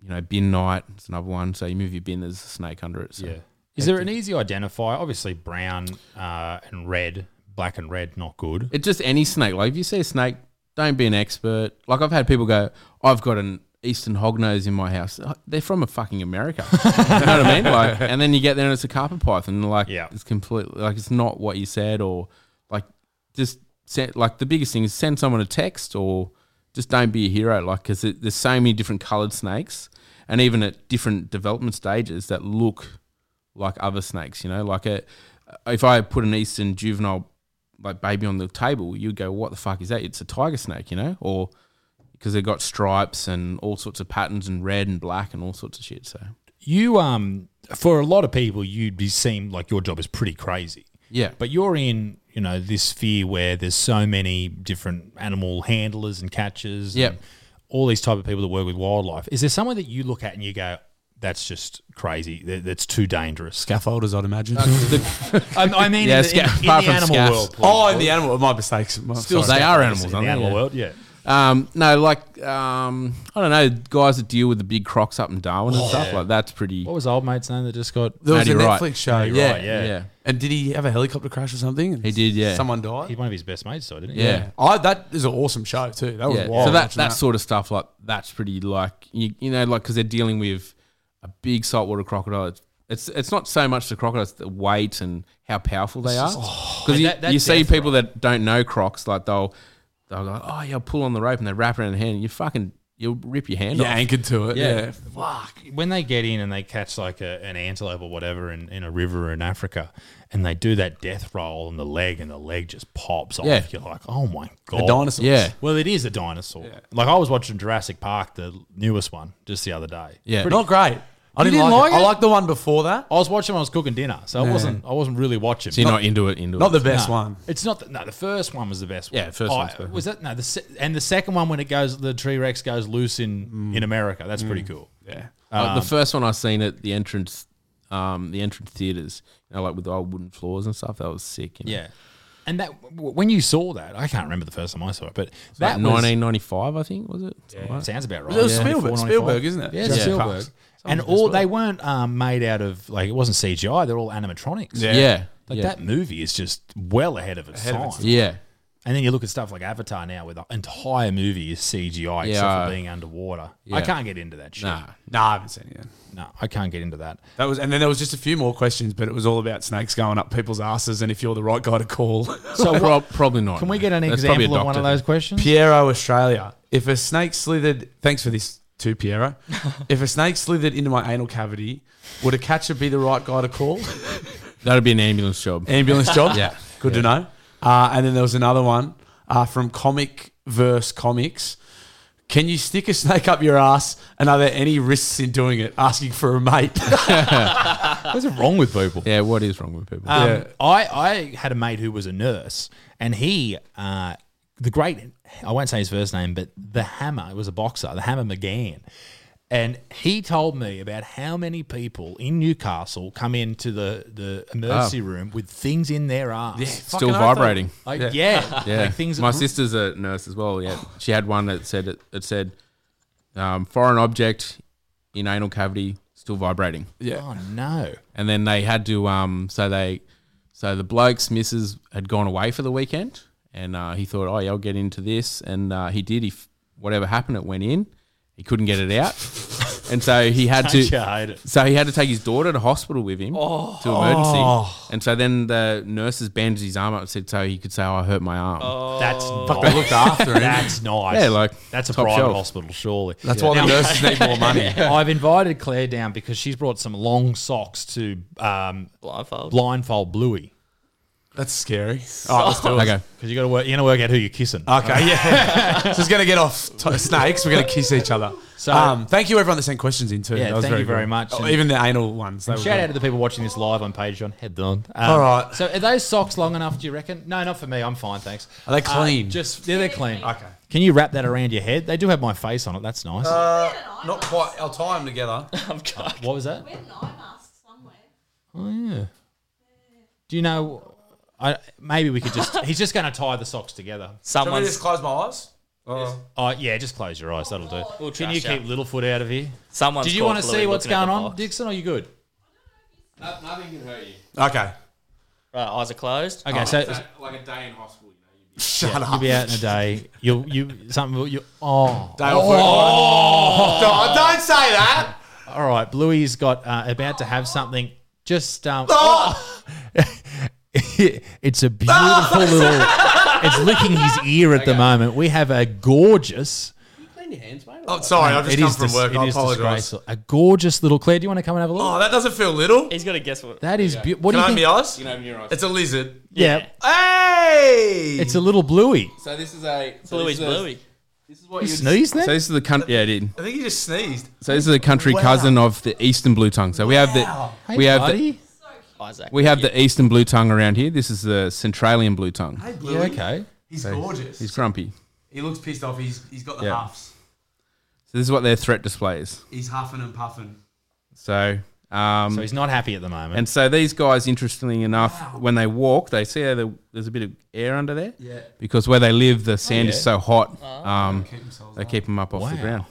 Speaker 5: you know, bin night. It's another one. So you move your bin, there's a snake under it. So.
Speaker 2: Yeah. Is there an easy identifier? Obviously, brown uh, and red, black and red, not good.
Speaker 5: It's just any snake. Like if you see a snake, don't be an expert. Like I've had people go, I've got an eastern hognose in my house. They're from a fucking America. [LAUGHS] you know what I mean? Like, and then you get there and it's a carpet python. and, Like,
Speaker 2: Yeah.
Speaker 5: it's completely like it's not what you said or like just send, like the biggest thing is send someone a text or just don't be a hero. Like, because there's so many different coloured snakes, and even at different development stages that look like other snakes. You know, like a if I put an eastern juvenile like baby on the table, you'd go, "What the fuck is that?" It's a tiger snake, you know, or because they've got stripes and all sorts of patterns and red and black and all sorts of shit. So
Speaker 2: You, um, for a lot of people, you'd be seem like your job is pretty crazy.
Speaker 5: yeah, but
Speaker 2: But you're in, you know, this sphere where there's so many different animal handlers and catchers. and
Speaker 5: Yep.
Speaker 2: all these type of people that work with wildlife. Is there someone that you look at and you go, "That's just crazy. That, that's too dangerous."
Speaker 4: Scaffolders, I'd imagine.
Speaker 2: I, I mean,
Speaker 5: Yeah,
Speaker 2: in, the, in,
Speaker 5: sca-
Speaker 2: in the
Speaker 5: apart from
Speaker 2: animal
Speaker 5: scaffs.
Speaker 2: world. please.
Speaker 4: [LAUGHS] oh, and the animal. My mistakes. My-
Speaker 5: still
Speaker 4: sorry.
Speaker 5: they are animals,
Speaker 2: in the
Speaker 5: aren't they?
Speaker 2: animal
Speaker 5: Yeah.
Speaker 2: world, yeah.
Speaker 5: Um, no, like um, I don't know, guys that deal with the big crocs up in Darwin
Speaker 2: Oh,
Speaker 5: and stuff like that's pretty.
Speaker 2: What was old mate's name that just got?
Speaker 4: There was a
Speaker 5: Matty
Speaker 4: Netflix
Speaker 5: Wright.
Speaker 4: show.
Speaker 2: Matty
Speaker 4: yeah.
Speaker 2: Wright, Oh, yeah.
Speaker 5: yeah.
Speaker 4: And did he have a helicopter crash or something?
Speaker 5: He did, yeah.
Speaker 4: Someone died.
Speaker 2: He's one of his best mates, so didn't he?
Speaker 5: Yeah.
Speaker 4: I, that is an awesome show too. Oh, That was
Speaker 5: yeah.
Speaker 4: wild.
Speaker 5: So that,
Speaker 4: watching
Speaker 5: that sort of stuff, like that's pretty like you, you know, like because they're dealing with a big saltwater crocodile. It's, it's it's not so much the crocodile, it's the weight and how powerful they are. Because you,
Speaker 2: that- that
Speaker 5: you see
Speaker 2: death
Speaker 5: people that don't know crocs, like they'll they'll go, oh yeah, pull on the rope and they wrap around the hand. And you fucking you'll rip your hand
Speaker 4: You're
Speaker 5: off.
Speaker 4: anchored to it. Yeah.
Speaker 5: Yeah.
Speaker 4: Fuck.
Speaker 2: When they get in and they catch like a, an antelope or whatever in, in a river in Africa, and they do that death roll on the leg, and the leg just pops off.
Speaker 5: Yeah.
Speaker 2: You're like, oh my god,
Speaker 4: The dinosaurs.
Speaker 5: Yeah.
Speaker 2: Well, it is a dinosaur. Like I was watching Jurassic Park, the newest one, just the other day.
Speaker 5: Yeah.
Speaker 4: Not great. I
Speaker 2: You
Speaker 4: didn't,
Speaker 2: didn't
Speaker 4: like,
Speaker 2: like
Speaker 4: it. I
Speaker 2: it?
Speaker 4: liked the one before that.
Speaker 2: I was watching. when I was cooking dinner, so I wasn't. I wasn't really watching.
Speaker 5: so you're not, into it, into
Speaker 4: Not
Speaker 5: it.
Speaker 4: the best
Speaker 2: No.
Speaker 4: one.
Speaker 2: It's not. The, no, the first one was the best. one.
Speaker 5: Yeah, first
Speaker 2: one
Speaker 5: one's better.
Speaker 2: was that. No, the se- and the second one when it goes, the T Rex goes loose in in America. That's pretty cool.
Speaker 4: Yeah.
Speaker 5: Like, Uh, the first one I seen at the entrance, um, the entrance theaters, you know, like with the old wooden floors and stuff. That was sick. You know?
Speaker 2: Yeah. And that w- when you saw that, I can't remember the first time I saw it, but
Speaker 5: Like
Speaker 2: that was-
Speaker 5: 1995, I think, was it? Something like that.
Speaker 2: sounds about right.
Speaker 4: It was Spielberg-
Speaker 2: 94, 95.
Speaker 4: Spielberg, isn't it?
Speaker 2: Yeah,
Speaker 4: Yeah.
Speaker 2: Spielberg.
Speaker 4: Sounds
Speaker 2: And all they weren't um, made out of like it wasn't CGI. They're all animatronics.
Speaker 5: Yeah.
Speaker 2: Like
Speaker 5: yeah.
Speaker 2: that movie is just well ahead of its time.
Speaker 5: Yeah.
Speaker 2: And then you look at stuff like Avatar now, where the entire movie is CGI except
Speaker 5: Yeah.
Speaker 2: for being underwater.
Speaker 5: Yeah.
Speaker 2: I can't get into that shit.
Speaker 5: Nah.
Speaker 4: No, I haven't seen it.
Speaker 2: No, I can't get into that.
Speaker 4: That was, and then there was just a few more questions, but it was all about snakes going up people's asses, and if you're the right guy to call. [LAUGHS]
Speaker 2: So
Speaker 5: Pro- probably not.
Speaker 2: Can we get an
Speaker 5: That's probably
Speaker 2: example
Speaker 5: a
Speaker 2: of one of
Speaker 5: doctor.
Speaker 2: those questions?
Speaker 4: Piero Australia. If a snake slithered, thanks for this too, Piero. if a snake slithered into my anal cavity, would a catcher be the right guy to call?
Speaker 5: That'd be an ambulance job.
Speaker 4: Ambulance job.
Speaker 5: Yeah.
Speaker 4: good to know. Uh, and then there was another one uh, from Comic Verse Comics. Can you stick a snake up your ass? And are there any risks in doing it? Asking for a
Speaker 5: [LAUGHS]
Speaker 4: mate.
Speaker 2: What's wrong with people?
Speaker 5: yeah, what is wrong with people?
Speaker 2: Um,
Speaker 4: Yeah.
Speaker 2: I, I had a mate who was a nurse, and he, uh, the great, I won't say his first name, but the Hammer, it was a boxer, the Hammer McGann. And he told me about how many people in Newcastle come into the, the emergency room with things in their arse.
Speaker 5: Still vibrating.
Speaker 2: Like, yeah. Yeah.
Speaker 5: Yeah,
Speaker 2: Like things
Speaker 5: My sister's a nurse as well. Yeah, she had one that said it, it said um, foreign object in anal cavity still vibrating,
Speaker 4: yeah.
Speaker 2: Oh, no.
Speaker 5: and then they had to um, so they so the bloke's missus had gone away for the weekend, and uh, he thought, oh yeah, I'll get into this, and uh, he did. He f- whatever happened, it went in. He couldn't get
Speaker 2: [LAUGHS]
Speaker 5: it out, and so he had to.
Speaker 2: Yeah, I hate it.
Speaker 5: So he had to take his daughter to hospital with him to emergency, and so then the nurses bandaged his arm up and said so he could say, oh, "I hurt my arm."
Speaker 2: That's nice.
Speaker 4: looked Oh. after him.
Speaker 2: That's nice.
Speaker 5: Yeah, like,
Speaker 2: that's a
Speaker 5: top
Speaker 2: private
Speaker 5: shelf.
Speaker 2: hospital, surely.
Speaker 4: That's why the nurses need
Speaker 2: [LAUGHS]
Speaker 4: more money.
Speaker 2: I've invited Claire down because she's brought some long socks to um,
Speaker 3: Blindfold. [LAUGHS]
Speaker 2: blindfold Bluey.
Speaker 4: That's scary. All right, let's do it.
Speaker 5: Okay.
Speaker 2: Because you got to work, you got to work out who you're kissing.
Speaker 4: Okay, yeah. so it's going to get off to- snakes. We're going to kiss each other.
Speaker 2: So-
Speaker 4: um, thank you, everyone that sent questions in too.
Speaker 2: Yeah,
Speaker 4: That was
Speaker 2: thank you very
Speaker 4: good.
Speaker 2: much.
Speaker 4: Oh,
Speaker 2: And-
Speaker 4: even the anal ones. they were
Speaker 2: Shout
Speaker 4: good.
Speaker 2: out to the people watching this live on Patreon. Head on. Um,
Speaker 4: All right.
Speaker 2: So are those socks long enough? Do you reckon? No, not for me. I'm fine, thanks.
Speaker 4: Are they
Speaker 2: Uh,
Speaker 4: clean?
Speaker 2: just yeah, they're clean.
Speaker 4: Okay.
Speaker 2: Can you wrap that around your head? They do have my face on it. That's nice.
Speaker 4: Not quite. I'll tie
Speaker 2: [LAUGHS]
Speaker 4: them together.
Speaker 2: what was that? Oh yeah. Do you know? I maybe we could just. he's just going to tie the socks together.
Speaker 3: [LAUGHS] Someone's,
Speaker 4: close my eyes?
Speaker 2: Oh yeah, just close your eyes. That'll do.
Speaker 3: We'll
Speaker 2: Can you
Speaker 3: trash
Speaker 2: keep
Speaker 3: out.
Speaker 2: Littlefoot out of here?
Speaker 3: someone's
Speaker 2: Did you
Speaker 3: caught
Speaker 2: want to
Speaker 3: Bluey
Speaker 2: see what's
Speaker 3: looking at
Speaker 2: going
Speaker 3: the
Speaker 2: on,
Speaker 3: box.
Speaker 2: Dixon? Are you good?
Speaker 5: Nothing can hurt you.
Speaker 4: Okay.
Speaker 3: Right, eyes are closed.
Speaker 2: Okay, so
Speaker 5: like a day in hospital.
Speaker 4: Shut
Speaker 2: you'll
Speaker 4: up.
Speaker 2: be out in a day. You'll you something. will- You oh.
Speaker 4: Day off work. No, [LAUGHS] don't
Speaker 2: [LAUGHS]
Speaker 4: say that.
Speaker 2: All right, Bluey's got uh, about to have something. Just
Speaker 3: [LAUGHS]
Speaker 2: um,
Speaker 4: Oh.
Speaker 2: [LAUGHS] it's a beautiful little. It's licking his ear at the moment. We have a gorgeous.
Speaker 4: Oh, sorry, I've just
Speaker 2: It
Speaker 4: come
Speaker 2: is
Speaker 4: from
Speaker 2: dis-
Speaker 4: work.
Speaker 2: it
Speaker 4: I
Speaker 2: is
Speaker 4: apologise.
Speaker 2: disgraceful. A gorgeous little Claire. Do you want to come and have a look?
Speaker 4: Oh, that doesn't
Speaker 2: [LAUGHS]
Speaker 4: feel little.
Speaker 3: He's got to guess what.
Speaker 2: that is beautiful. What
Speaker 4: Can I open
Speaker 2: do
Speaker 4: my
Speaker 2: you think?
Speaker 4: eyes? It's a lizard.
Speaker 2: Yeah,
Speaker 4: Hey!
Speaker 2: it's a little Bluey.
Speaker 5: So this is a so
Speaker 3: Bluey's
Speaker 5: this is a-
Speaker 3: Bluey.
Speaker 5: This is what you
Speaker 2: Sneeze
Speaker 5: So
Speaker 2: then.
Speaker 5: this is the country. Yeah, I did.
Speaker 4: I think he just sneezed.
Speaker 5: So this is the country cousin of the eastern blue tongue. So we have the
Speaker 2: Hey,
Speaker 5: we have the
Speaker 2: buddy.
Speaker 3: Isaac.
Speaker 5: we have the eastern blue tongue around here. This is the Centralian blue tongue.
Speaker 4: Hey,
Speaker 2: Yeah,
Speaker 4: Bluey.
Speaker 2: okay.
Speaker 4: He's gorgeous.
Speaker 5: He's grumpy.
Speaker 4: he looks pissed off. He's he's got the
Speaker 5: Yeah.
Speaker 4: huffs.
Speaker 5: So this is what their threat display is.
Speaker 4: He's huffing and puffing.
Speaker 5: So um
Speaker 2: So he's not happy at the moment.
Speaker 5: and so these guys, interestingly enough, when they walk, they see how the, there's a bit of air under there.
Speaker 4: Yeah.
Speaker 5: Because where they live, the sand
Speaker 2: yeah.
Speaker 5: is so hot. Um,
Speaker 4: Keep themselves
Speaker 5: they
Speaker 4: up.
Speaker 5: keep them up off the
Speaker 2: Wow.
Speaker 5: ground.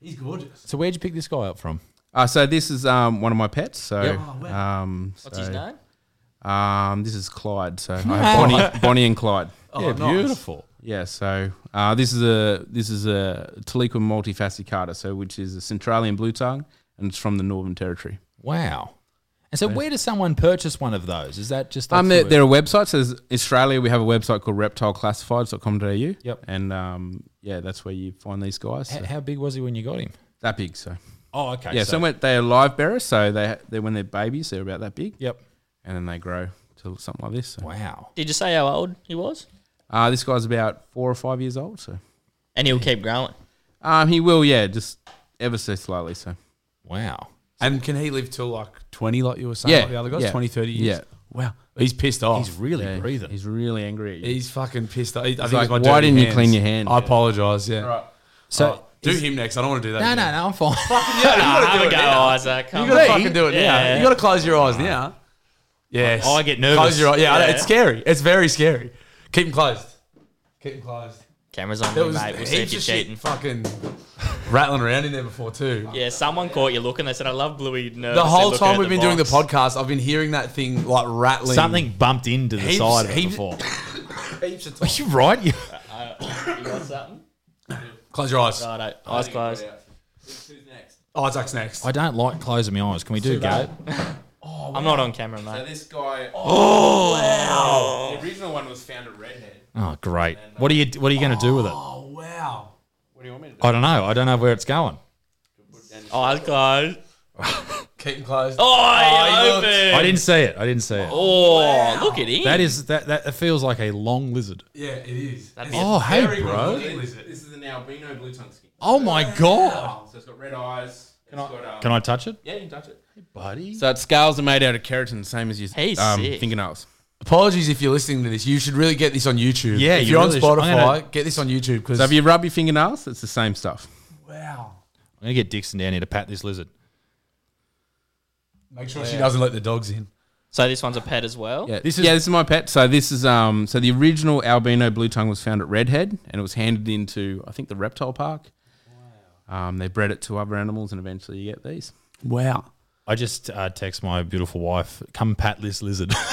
Speaker 4: He's gorgeous.
Speaker 2: so where'd you pick this guy up from?
Speaker 5: Uh, so this is um, one of my pets. So
Speaker 2: Yep.
Speaker 4: Oh, wow.
Speaker 5: um,
Speaker 3: What's his
Speaker 5: so,
Speaker 3: name?
Speaker 5: Um, this is Clyde. So I have Bonnie, Bonnie and Clyde.
Speaker 4: Oh, nice.
Speaker 2: beautiful.
Speaker 5: Yeah. So uh, this is a this is a Taliqua multifascicata. So which is a Centralian blue tongue, and it's from the Northern Territory.
Speaker 2: Wow. And so, where does someone purchase one of those? Is that just like
Speaker 5: Um, there,
Speaker 2: through a-
Speaker 5: there are websites. There's Australia. We have a website called reptileclassifieds.com.au.
Speaker 2: Yep.
Speaker 5: And um, yeah, that's where you find these guys.
Speaker 2: H-
Speaker 5: So
Speaker 2: How big was he when you got him?
Speaker 5: that big. So
Speaker 2: Oh, okay.
Speaker 5: yeah, somewhere they are live bearers. So they they when they're babies, they're about that big,
Speaker 2: Yep.
Speaker 5: and then they grow to something like this. So.
Speaker 2: Wow.
Speaker 3: Did you say how old he was?
Speaker 5: Uh, this guy's about four or five years old. So
Speaker 3: And he'll
Speaker 4: [LAUGHS]
Speaker 3: keep growing.
Speaker 5: um, he will, yeah, just ever so slowly. So
Speaker 2: Wow.
Speaker 4: And can he live till like 20, like you were saying,
Speaker 5: Yeah,
Speaker 4: like the other guys?
Speaker 5: yeah,
Speaker 4: 20, 30 years?
Speaker 5: yeah.
Speaker 4: Wow. He's pissed off.
Speaker 2: He's
Speaker 4: Oh, He's,
Speaker 2: really
Speaker 5: yeah,
Speaker 2: breathing.
Speaker 5: He's really angry at you.
Speaker 4: fucking pissed off. He- I think
Speaker 5: like,
Speaker 4: it's my
Speaker 5: "Why
Speaker 4: dirty
Speaker 5: didn't you
Speaker 4: hands."
Speaker 5: clean your hand?
Speaker 4: I apologise, yeah.
Speaker 2: so
Speaker 4: Oh, do him next. I don't want to do that.
Speaker 2: no, no,
Speaker 4: again.
Speaker 2: no. I'm fine.
Speaker 4: Yeah,
Speaker 3: Have
Speaker 4: [LAUGHS] you
Speaker 3: a
Speaker 4: got to do
Speaker 3: go,
Speaker 4: it now.
Speaker 3: Isaac. Come
Speaker 4: You got to
Speaker 3: on.
Speaker 4: fucking do it now.
Speaker 3: Yeah.
Speaker 4: You got to close your eyes now. Yes.
Speaker 2: Oh, I get nervous.
Speaker 4: Close your eyes. Yeah, I know,
Speaker 3: Yeah.
Speaker 4: it's scary. It's very scary. Keep them closed. Keep them closed.
Speaker 3: Cameras on
Speaker 4: There
Speaker 3: you,
Speaker 4: was
Speaker 3: mate. We'll see if
Speaker 4: heaps
Speaker 3: you're
Speaker 4: of shit
Speaker 3: cheating.
Speaker 4: fucking rattling around in there before too.
Speaker 3: Yeah, someone caught you looking. They said, I love Bluey nerves.
Speaker 4: The
Speaker 3: They're
Speaker 4: whole
Speaker 3: looking
Speaker 4: time
Speaker 3: at
Speaker 4: we've been doing the
Speaker 3: box.
Speaker 4: podcast, I've been hearing that thing like rattling.
Speaker 2: Something bumped into the
Speaker 4: Heaps-
Speaker 2: side of it
Speaker 4: heaps-
Speaker 2: before. [LAUGHS]
Speaker 5: heaps of
Speaker 2: Are you right? You-
Speaker 3: You got something?
Speaker 4: Close your eyes.
Speaker 3: Righto, eyes closed.
Speaker 5: Who's next?
Speaker 4: Isaac's next.
Speaker 2: I don't like closing my eyes. Can we do go?
Speaker 4: Oh,
Speaker 3: I'm not on camera,
Speaker 5: So
Speaker 3: mate.
Speaker 5: this guy. Oh, wow! The original one was found at Redhead.
Speaker 2: Oh, great. What are you What are you going to do with it?
Speaker 4: Oh wow.
Speaker 5: What do you want me to do?
Speaker 2: I don't know. I don't know where it's going.
Speaker 3: Eyes closed.
Speaker 4: Keep them closed.
Speaker 3: Oh,
Speaker 4: he
Speaker 3: oh
Speaker 4: looked.
Speaker 3: open.
Speaker 2: I didn't see it. I didn't see it.
Speaker 3: Oh, look at him.
Speaker 2: That is that that that feels like a long lizard.
Speaker 4: Yeah, it is. That'd
Speaker 3: be
Speaker 2: Oh, hey, bro.
Speaker 5: This is an albino blue tongue skin.
Speaker 2: Oh my god.
Speaker 5: So it's got red eyes. Can I? Got, um,
Speaker 2: Can I touch it,
Speaker 5: Yeah, you can touch it.
Speaker 2: buddy?
Speaker 5: So its scales are made out of keratin, same as your
Speaker 3: He's
Speaker 5: um,
Speaker 3: sick.
Speaker 5: fingernails.
Speaker 4: Apologies if you're listening to this. You should really get this on YouTube.
Speaker 2: Yeah,
Speaker 4: if
Speaker 2: you
Speaker 4: you're
Speaker 2: really should.
Speaker 4: on
Speaker 2: I'm
Speaker 4: Spotify,
Speaker 2: gonna-
Speaker 4: get this on YouTube because
Speaker 5: So if you rub your fingernails, it's the same stuff.
Speaker 4: wow.
Speaker 2: I'm gonna get Dixon down here to pat this lizard.
Speaker 4: Make sure she doesn't let the dogs in.
Speaker 3: so this one's a pet as well.
Speaker 5: Yeah, this is yeah, this is my pet. So this is um, so the original albino blue tongue was found at Redhead, and it was handed into I think the reptile park. Wow. Um, they bred it to other animals, and eventually you get these.
Speaker 4: Wow.
Speaker 2: I just uh, text my beautiful wife, "Come pat this lizard." [LAUGHS]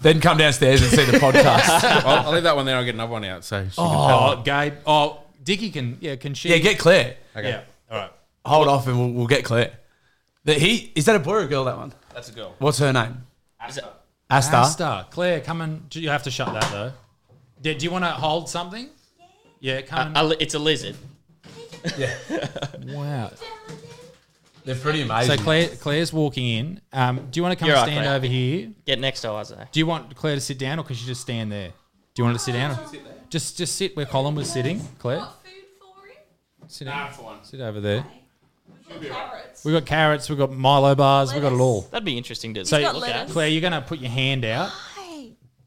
Speaker 4: Then come downstairs and see the podcast.
Speaker 5: I'll, I'll leave that one there. I'll get another one out. So she can-
Speaker 2: oh, Gabe. Oh, Dickie can. Yeah, can she?
Speaker 4: yeah, get Claire.
Speaker 5: okay.
Speaker 2: Yeah. All right.
Speaker 4: Hold off and we'll, we'll get Claire. The, he is that a boy or a girl? That one.
Speaker 5: that's a girl.
Speaker 4: What's her name?
Speaker 3: Is it-
Speaker 4: Asta.
Speaker 2: Star. Claire, come and do you have to shut that though? Do, do you want to hold something? Yeah,
Speaker 3: a-
Speaker 4: Uh,
Speaker 2: come.
Speaker 3: a li- it's a lizard.
Speaker 2: and, wow.
Speaker 4: They're pretty
Speaker 2: So
Speaker 4: amazing.
Speaker 2: Claire, Claire's walking in. Um, do you want to come
Speaker 3: You're
Speaker 2: and
Speaker 3: right,
Speaker 2: stand
Speaker 3: Claire.
Speaker 2: over here?
Speaker 3: Get next to Isaac.
Speaker 2: Do you want Claire to sit down, or can she just stand there? Do you want her to sit down? Or? Just, just sit where Colin was sitting. Claire,
Speaker 7: food for him?
Speaker 2: sit down. Sit over there.
Speaker 7: Carrots.
Speaker 2: We've got carrots. We've got Milo bars. We've got it all.
Speaker 3: That'd be interesting to
Speaker 2: So,
Speaker 3: look
Speaker 7: lettuce.
Speaker 3: at.
Speaker 2: Claire, you're going to put your hand out.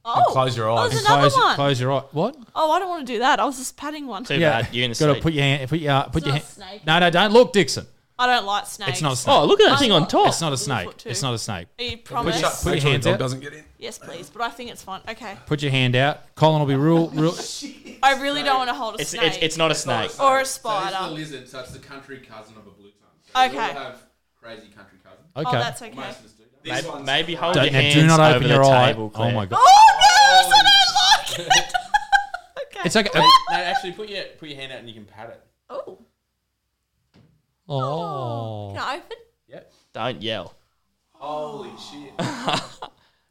Speaker 7: Oh,
Speaker 4: close your eyes.
Speaker 7: There's another
Speaker 2: Close,
Speaker 7: one.
Speaker 2: close your eye. What?
Speaker 7: Oh, I don't want to do that. I was just patting one.
Speaker 3: Too bad. You're in the
Speaker 2: Got to
Speaker 3: seat.
Speaker 2: put your hand. Put your. Uh,
Speaker 7: It's
Speaker 2: put your
Speaker 7: not a
Speaker 2: hand.
Speaker 7: snake.
Speaker 2: No, no, don't look, Dixon.
Speaker 7: I don't like snakes.
Speaker 2: It's not a snake.
Speaker 3: oh, look at that thing on
Speaker 7: It's
Speaker 3: top.
Speaker 2: It's not a snake.
Speaker 7: foot too.
Speaker 2: It's not a snake.
Speaker 7: Are you promise?
Speaker 2: shut- put your
Speaker 4: Make sure the
Speaker 2: hands
Speaker 4: dog
Speaker 2: out.
Speaker 4: doesn't get in.
Speaker 7: yes, please. But I think it's fine. Okay.
Speaker 2: Put your hand out. Colin will be real, real.
Speaker 7: I really don't want to hold a
Speaker 3: It's,
Speaker 7: snake.
Speaker 3: it's, it's not a snake.
Speaker 7: or a spider.
Speaker 5: lizard, so it's the country cousin of a blue tongue.
Speaker 7: So we all Okay. have
Speaker 5: crazy country cousins.
Speaker 2: Okay.
Speaker 7: [LAUGHS] Oh, that's okay.
Speaker 3: Maybe, maybe hold
Speaker 2: Don't-
Speaker 3: your
Speaker 2: now
Speaker 3: hands
Speaker 2: do not
Speaker 3: over
Speaker 2: open your
Speaker 3: the
Speaker 2: eye.
Speaker 3: table,
Speaker 2: oh
Speaker 3: Claire.
Speaker 2: my god.
Speaker 7: Oh no, that's what I like. it. okay.
Speaker 2: It's okay.
Speaker 5: No, actually, put your put your hand out and you can pat it.
Speaker 7: Oh,
Speaker 2: Oh.
Speaker 7: can I open?
Speaker 3: Don't yell.
Speaker 5: Holy [LAUGHS] shit!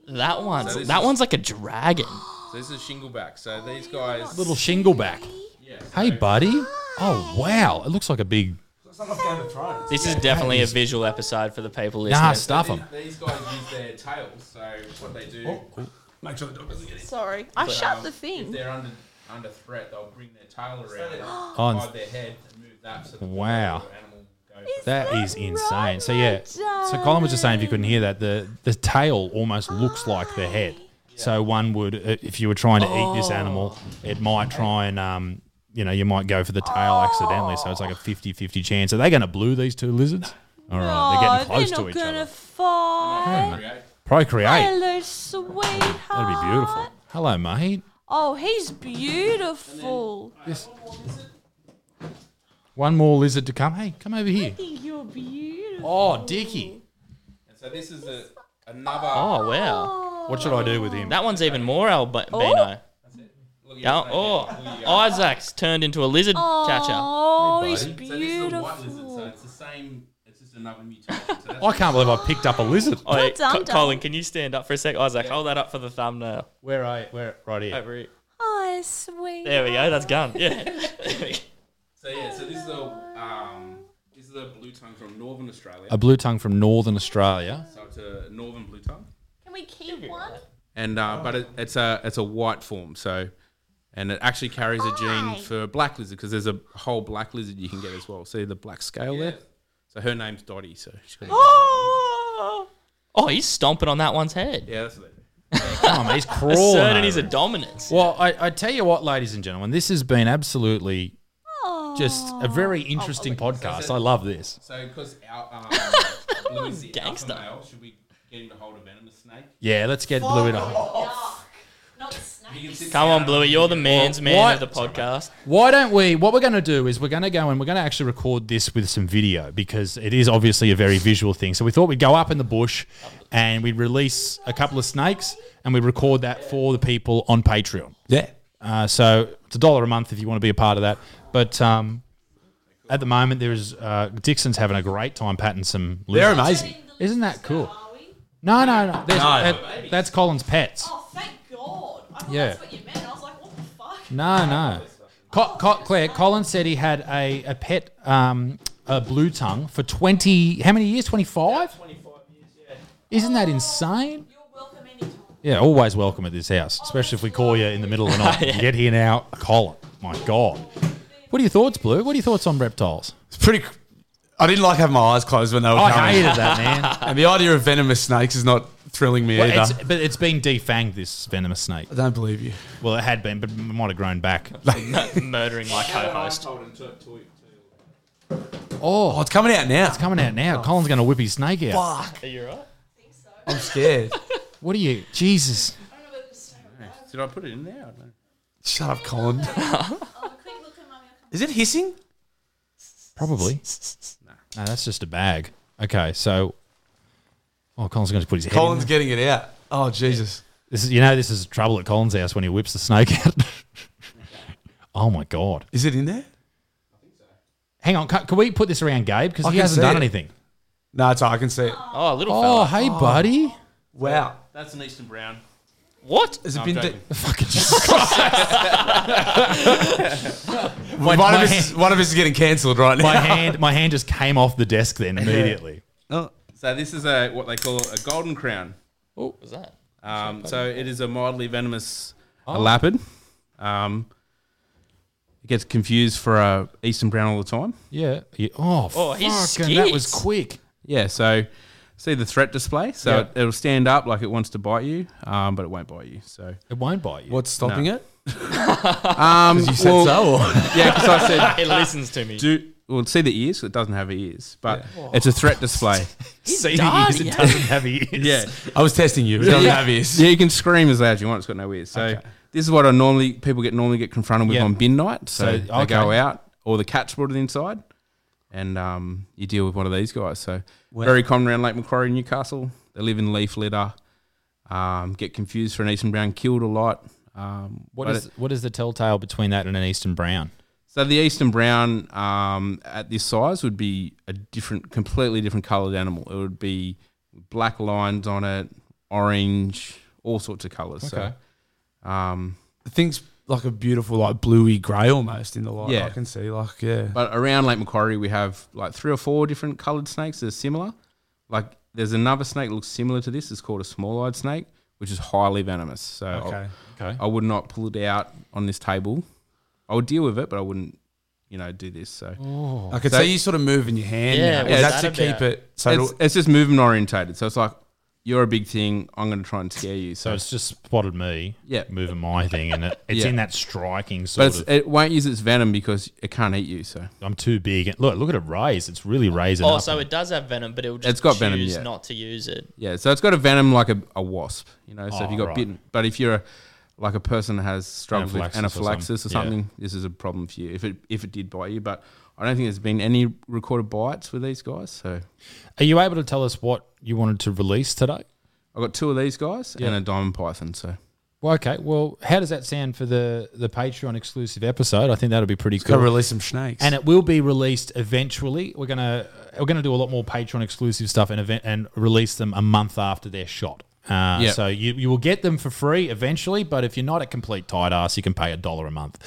Speaker 3: That one's that one's like a dragon.
Speaker 5: So this is shingleback. So these guys,
Speaker 2: Little shingle back. Hey, buddy. Oh wow. It looks like a big.
Speaker 3: This is definitely a visual episode for the people listening.
Speaker 2: Nah, stuff him.
Speaker 5: these guys use their tails. So what they do. um,
Speaker 4: Make sure the dog doesn't get in.
Speaker 7: Sorry, I shut the
Speaker 5: If
Speaker 7: thing.
Speaker 5: they're under under threat, they'll bring their tail around,
Speaker 2: Oh,
Speaker 5: hide
Speaker 2: and
Speaker 5: their head, and move that. [GASPS] So that
Speaker 2: Oh, Wow.
Speaker 5: the animal goes.
Speaker 2: that is insane. So yeah.
Speaker 7: right,
Speaker 2: So Colin was just saying, if you couldn't hear that, the the tail almost looks like the head. So one would, uh, if you were trying to eat
Speaker 7: Oh.
Speaker 2: this animal, it might try and. Um, you know, you might go for the tail accidentally, so it's like a 50-50 chance. Are they going to blue these two lizards? All right, they're getting
Speaker 7: oh,
Speaker 2: close
Speaker 7: they're
Speaker 2: to
Speaker 7: not
Speaker 2: each
Speaker 7: gonna
Speaker 2: other.
Speaker 7: fight.
Speaker 2: Procreate.
Speaker 7: Hello, sweetheart.
Speaker 2: That'd be beautiful. Hello, mate.
Speaker 7: Oh, he's beautiful.
Speaker 2: One more lizard to come. Hey, come over here.
Speaker 7: I think you're beautiful.
Speaker 2: Oh, Dickie.
Speaker 5: And so this is a, another.
Speaker 3: Oh wow.
Speaker 2: What should I do with him?
Speaker 3: That one's even more albino.
Speaker 5: Look,
Speaker 3: Yeah, Oh, Isaac's turned into a lizard catcher.
Speaker 7: Oh, he's
Speaker 5: So this is a white lizard, so
Speaker 7: beautiful.
Speaker 5: it's the same. It's just another mutation. So that's
Speaker 2: I can't believe I picked up a lizard.
Speaker 3: Oh, yeah,
Speaker 7: done,
Speaker 3: Co-
Speaker 7: done.
Speaker 3: Colin, can you stand up for a sec? Isaac, hold that up for the thumbnail.
Speaker 2: Where are you? Where? Right here.
Speaker 3: Over here.
Speaker 7: Hi, sweet.
Speaker 3: There we go. That's gone. Yeah.
Speaker 5: So yeah, so this is a um, this is a blue tongue from northern Australia.
Speaker 2: A blue tongue from northern Australia.
Speaker 5: So it's a northern blue tongue.
Speaker 7: Can we keep one?
Speaker 5: And uh, but it, it's a it's a white form. So. And it actually carries a
Speaker 7: Ah.
Speaker 5: gene for black lizard because there's a whole black lizard you can get as well. See the black scale there. So her name's Dottie. So she's got a-
Speaker 3: oh, he's stomping on that one's head.
Speaker 5: yeah, that's what they do.
Speaker 2: Come on, mate, he's crawling.
Speaker 3: Certain
Speaker 2: over
Speaker 3: he's [LAUGHS] a
Speaker 2: him.
Speaker 3: dominance.
Speaker 2: well, I, I tell you what, ladies and gentlemen, this has been absolutely just a very
Speaker 3: Oh.
Speaker 2: interesting podcast. I love this.
Speaker 5: So, because our um, Blue is the
Speaker 3: Gangster.
Speaker 5: alpha male, should we get him to hold a venomous snake?
Speaker 2: Yeah, let's get Blue in a.
Speaker 7: Not snake.
Speaker 3: Come on, Bluey, you're the man's man
Speaker 2: why-
Speaker 3: of the podcast. [LAUGHS]
Speaker 2: Why don't we? What we're going to do is we're going to go and we're going to actually record this with some video because it is obviously a very visual thing. So we thought we'd go up in the bush and we'd release a couple of snakes and we'd record that for the people on Patreon.
Speaker 4: Yeah.
Speaker 2: Uh, so it's a dollar a month if you want to be a part of that. But um, at the moment, there is uh, Dixon's having a great time patting some.
Speaker 4: They're
Speaker 2: lizards.
Speaker 4: amazing.
Speaker 2: Isn't that cool? No, no, no. There's-
Speaker 4: No.
Speaker 2: that- that's Colin's pets.
Speaker 7: Oh, thank God. I thought
Speaker 2: Yeah.
Speaker 7: that's what you meant. I was like, what the fuck?
Speaker 2: No, no. Co- Co- Claire, Colin said he had a, a pet, um, a blue tongue, for 20, how many years? 25? 25 years, yeah. Isn't that insane? Yeah, always welcome at this
Speaker 7: Oh,
Speaker 2: house, especially if we call you in the middle of
Speaker 7: [LAUGHS]
Speaker 2: the night. Get here now, Colin. My God. What are your thoughts, Blue? What are your thoughts on reptiles?
Speaker 4: It's pretty. I didn't like having my eyes closed when they were
Speaker 2: I
Speaker 4: coming.
Speaker 2: hated that, [LAUGHS] man.
Speaker 4: And the idea of venomous snakes is not thrilling me
Speaker 2: Well,
Speaker 4: either.
Speaker 2: it's, but it's been defanged, this venomous snake.
Speaker 4: I don't believe you.
Speaker 2: Well, it had been, but it might have grown
Speaker 4: [LAUGHS]
Speaker 2: back.
Speaker 3: Murdering my co-host.
Speaker 4: Oh, it's coming out now.
Speaker 2: It's [LAUGHS] coming out now. Colin's going to whip his snake out.
Speaker 4: Oh. Fuck.
Speaker 3: Are you right?
Speaker 4: I'm
Speaker 5: [LAUGHS]
Speaker 4: scared.
Speaker 2: What are you? Jesus.
Speaker 5: Did I put it in there? I don't know.
Speaker 4: Shut up, [LAUGHS] Colin. Is it hissing? [LAUGHS]
Speaker 2: Probably. No, that's just a bag. Okay, so. Oh, Colin's going to put his head. in
Speaker 4: Colin's
Speaker 2: there.
Speaker 4: getting it out. Oh, Jesus.
Speaker 2: this is, you know, this is trouble at Colin's house when he whips the snake out. [LAUGHS] oh my god!
Speaker 4: Is it in there?
Speaker 2: Hang on, can, can we put this around Gabe because
Speaker 4: I
Speaker 2: he
Speaker 4: can
Speaker 2: hasn't
Speaker 4: see
Speaker 2: done
Speaker 4: it.
Speaker 2: anything?
Speaker 4: No, it's all I can see it.
Speaker 3: Oh, little
Speaker 2: Oh,
Speaker 3: fella.
Speaker 2: hey, buddy.
Speaker 4: Wow.
Speaker 5: That's an Eastern Brown.
Speaker 3: What?
Speaker 4: Has it
Speaker 5: No, I'm
Speaker 4: been. De-
Speaker 5: joking.
Speaker 2: Fucking Jesus
Speaker 4: [LAUGHS] one,
Speaker 2: my
Speaker 4: of us,
Speaker 2: hand-
Speaker 4: one of us is getting cancelled right now.
Speaker 2: my hand, my hand just came off the desk
Speaker 4: [LAUGHS]
Speaker 2: then immediately.
Speaker 4: Oh.
Speaker 5: So this is a what they call a golden crown.
Speaker 3: Oh, what was that?
Speaker 5: Um, so it is a mildly venomous a lapid. Um, it gets confused for a eastern brown all the time.
Speaker 2: Yeah. yeah. Oh,
Speaker 3: Oh, he's
Speaker 2: fucking, that was
Speaker 3: skis.
Speaker 2: quick.
Speaker 5: Yeah. So see the threat display. So
Speaker 2: Yeah.
Speaker 5: it, it'll stand up like it wants to bite you, um, but it won't bite you. So
Speaker 2: It won't bite you.
Speaker 4: What's stopping
Speaker 5: No.
Speaker 4: it?
Speaker 5: um,
Speaker 4: You
Speaker 2: [LAUGHS]
Speaker 4: said so. Or?
Speaker 5: Yeah, because I said [LAUGHS]
Speaker 3: It listens to me.
Speaker 5: do. Well, see the ears. It doesn't have ears, but it's a threat display.
Speaker 2: See
Speaker 3: done,
Speaker 2: It
Speaker 3: yeah.
Speaker 2: doesn't have
Speaker 5: [LAUGHS]
Speaker 2: ears.
Speaker 4: I was testing you. It doesn't have ears.
Speaker 5: Yeah, you can scream as loud as you want. It's got no ears. So this is what I normally people get normally get confronted with
Speaker 2: Yeah.
Speaker 5: on bin night. So,
Speaker 2: So,
Speaker 5: they
Speaker 2: okay.
Speaker 5: go out or the cat's brought it inside, and um, you deal with one of these guys. So very common around Lake Macquarie, Newcastle. They live in leaf litter. Um, get confused for an Eastern Brown killed a lot. Um,
Speaker 2: What
Speaker 5: but
Speaker 2: is
Speaker 5: it-
Speaker 2: what is the telltale between that and an Eastern Brown?
Speaker 5: so the Eastern Brown um, at this size would be a different, completely different coloured animal. It would be black lines on it, orange, all sorts of colours. So, um,
Speaker 4: The thing's like a beautiful, like bluey grey almost in the light.
Speaker 5: Yeah.
Speaker 4: I can see, like, yeah.
Speaker 5: But around Lake Macquarie, we have like three or four different coloured snakes that are similar. Like there's another snake that looks similar to this. It's called a small-eyed snake, which is highly venomous. So I-
Speaker 4: Okay.
Speaker 2: Okay.
Speaker 5: I, would not pull it out on this table. I would deal with it, but I wouldn't, you know, do this. So
Speaker 4: I could
Speaker 5: So-
Speaker 4: see you sort of moving your hand.
Speaker 3: Yeah,
Speaker 4: now.
Speaker 3: what's
Speaker 4: that's
Speaker 3: that
Speaker 4: to
Speaker 3: about?
Speaker 4: keep it. So
Speaker 5: it's,
Speaker 4: it'll-
Speaker 5: it's just movement orientated. So it's like you're a big thing. I'm going to try and scare you.
Speaker 2: So
Speaker 5: So,
Speaker 2: it's just spotted me,
Speaker 5: Yeah.
Speaker 2: moving my thing, and it, it's
Speaker 5: Yeah.
Speaker 2: in that striking sort
Speaker 5: but it's,
Speaker 2: of.
Speaker 5: it won't use its venom because it can't eat you. So
Speaker 2: I'm too big. Look, look at it raise. It's really raising.
Speaker 3: Oh,
Speaker 2: up.
Speaker 3: so it does have venom, but it will just
Speaker 5: It's got venom,
Speaker 3: choose
Speaker 5: yeah.
Speaker 3: not to use it.
Speaker 5: Yeah, so it's got a venom like a, a wasp, you know. So
Speaker 2: Oh,
Speaker 5: if you got
Speaker 2: right.
Speaker 5: bitten, but if you're a, like a person that has struggled with
Speaker 2: Anaphylaxis or
Speaker 5: anaphylaxis or
Speaker 2: something,
Speaker 5: something,
Speaker 2: yeah.
Speaker 5: this is a problem for you. If it if it did bite you, but I don't think there's been any recorded bites with these guys. So
Speaker 2: Are you able to tell us what you wanted to release today?
Speaker 5: I got two of these guys and a diamond python. So
Speaker 2: Well, okay. Well, how does that sound for the the Patreon exclusive episode? I think that'll be pretty
Speaker 4: Gotta
Speaker 2: cool.
Speaker 4: release some snakes.
Speaker 2: And it will be released eventually. We're gonna we're gonna do a lot more Patreon exclusive stuff and event and release them a month after they're shot. Uh,
Speaker 5: Yeah.
Speaker 2: So you, you will get them for free eventually, but if you're not a complete tight ass, you can pay a dollar a month.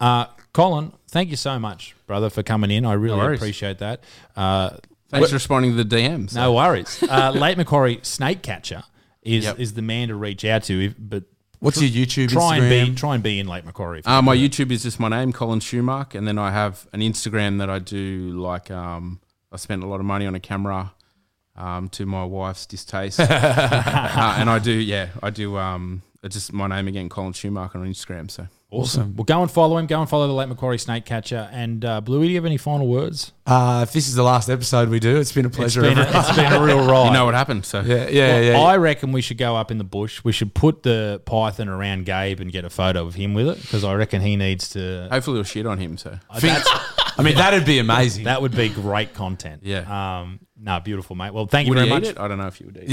Speaker 2: Uh, Colin, thank you so much, brother, for coming in. I really
Speaker 5: worries.
Speaker 2: appreciate that. Uh,
Speaker 5: thanks for responding to the DMs.
Speaker 2: no worries. Uh, Late Macquarie Snake Catcher is
Speaker 5: Yep.
Speaker 2: is the man to reach out to. if- But
Speaker 4: What's your YouTube,
Speaker 2: Try and
Speaker 4: Instagram?
Speaker 2: be try and be in Late Macquarie. if you
Speaker 5: Uh,
Speaker 2: can.
Speaker 5: my YouTube is just my name, Colin Schumark, and then I have an Instagram that I do like. Um, I spent a lot of money on a camera,
Speaker 4: [LAUGHS]
Speaker 5: um, to my wife's distaste, Uh, and I do yeah, I do um, It's just my name again, Colin Schumacher on Instagram. So
Speaker 2: Awesome. Well, go and follow him. Go and follow the late Macquarie snake catcher. And uh, Bluey, do you have any final words?
Speaker 4: Uh, if this is the last episode we do, [LAUGHS] it's been a pleasure.
Speaker 2: been a-
Speaker 4: everyone.
Speaker 2: it's been a [LAUGHS] real ride.
Speaker 5: you know what happened. So
Speaker 4: yeah, yeah,
Speaker 2: Well,
Speaker 4: yeah.
Speaker 2: I reckon we should go up in the bush. We should put the python around Gabe and get a photo of him with it because I reckon he needs to.
Speaker 5: hopefully we'll shit on him. So
Speaker 4: I mean, that'd be amazing.
Speaker 2: That would be great content.
Speaker 5: Yeah.
Speaker 2: Um, no, beautiful, mate. Well, thank you
Speaker 5: would
Speaker 2: very
Speaker 5: you
Speaker 2: much.
Speaker 5: eat it? I don't know if you would eat. it.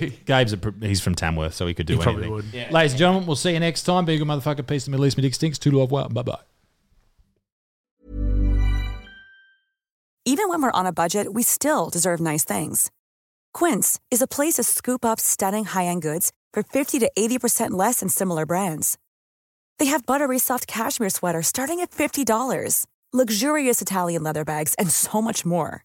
Speaker 4: yeah.
Speaker 2: Gabe's a, pr- he's from Tamworth, so he could do anything.
Speaker 4: probably would.
Speaker 2: Ladies and gentlemen, we'll see you next time. Be a good motherfucker. Peace to the Middle East. My dick stinks. Toodle love. Wow. Bye bye.
Speaker 8: Even when we're on a budget, we still deserve nice things. Quince is a place to scoop up stunning high-end goods for 50 to 80% less than similar brands. They have buttery soft cashmere sweaters starting at $50, luxurious Italian leather bags, and so much more.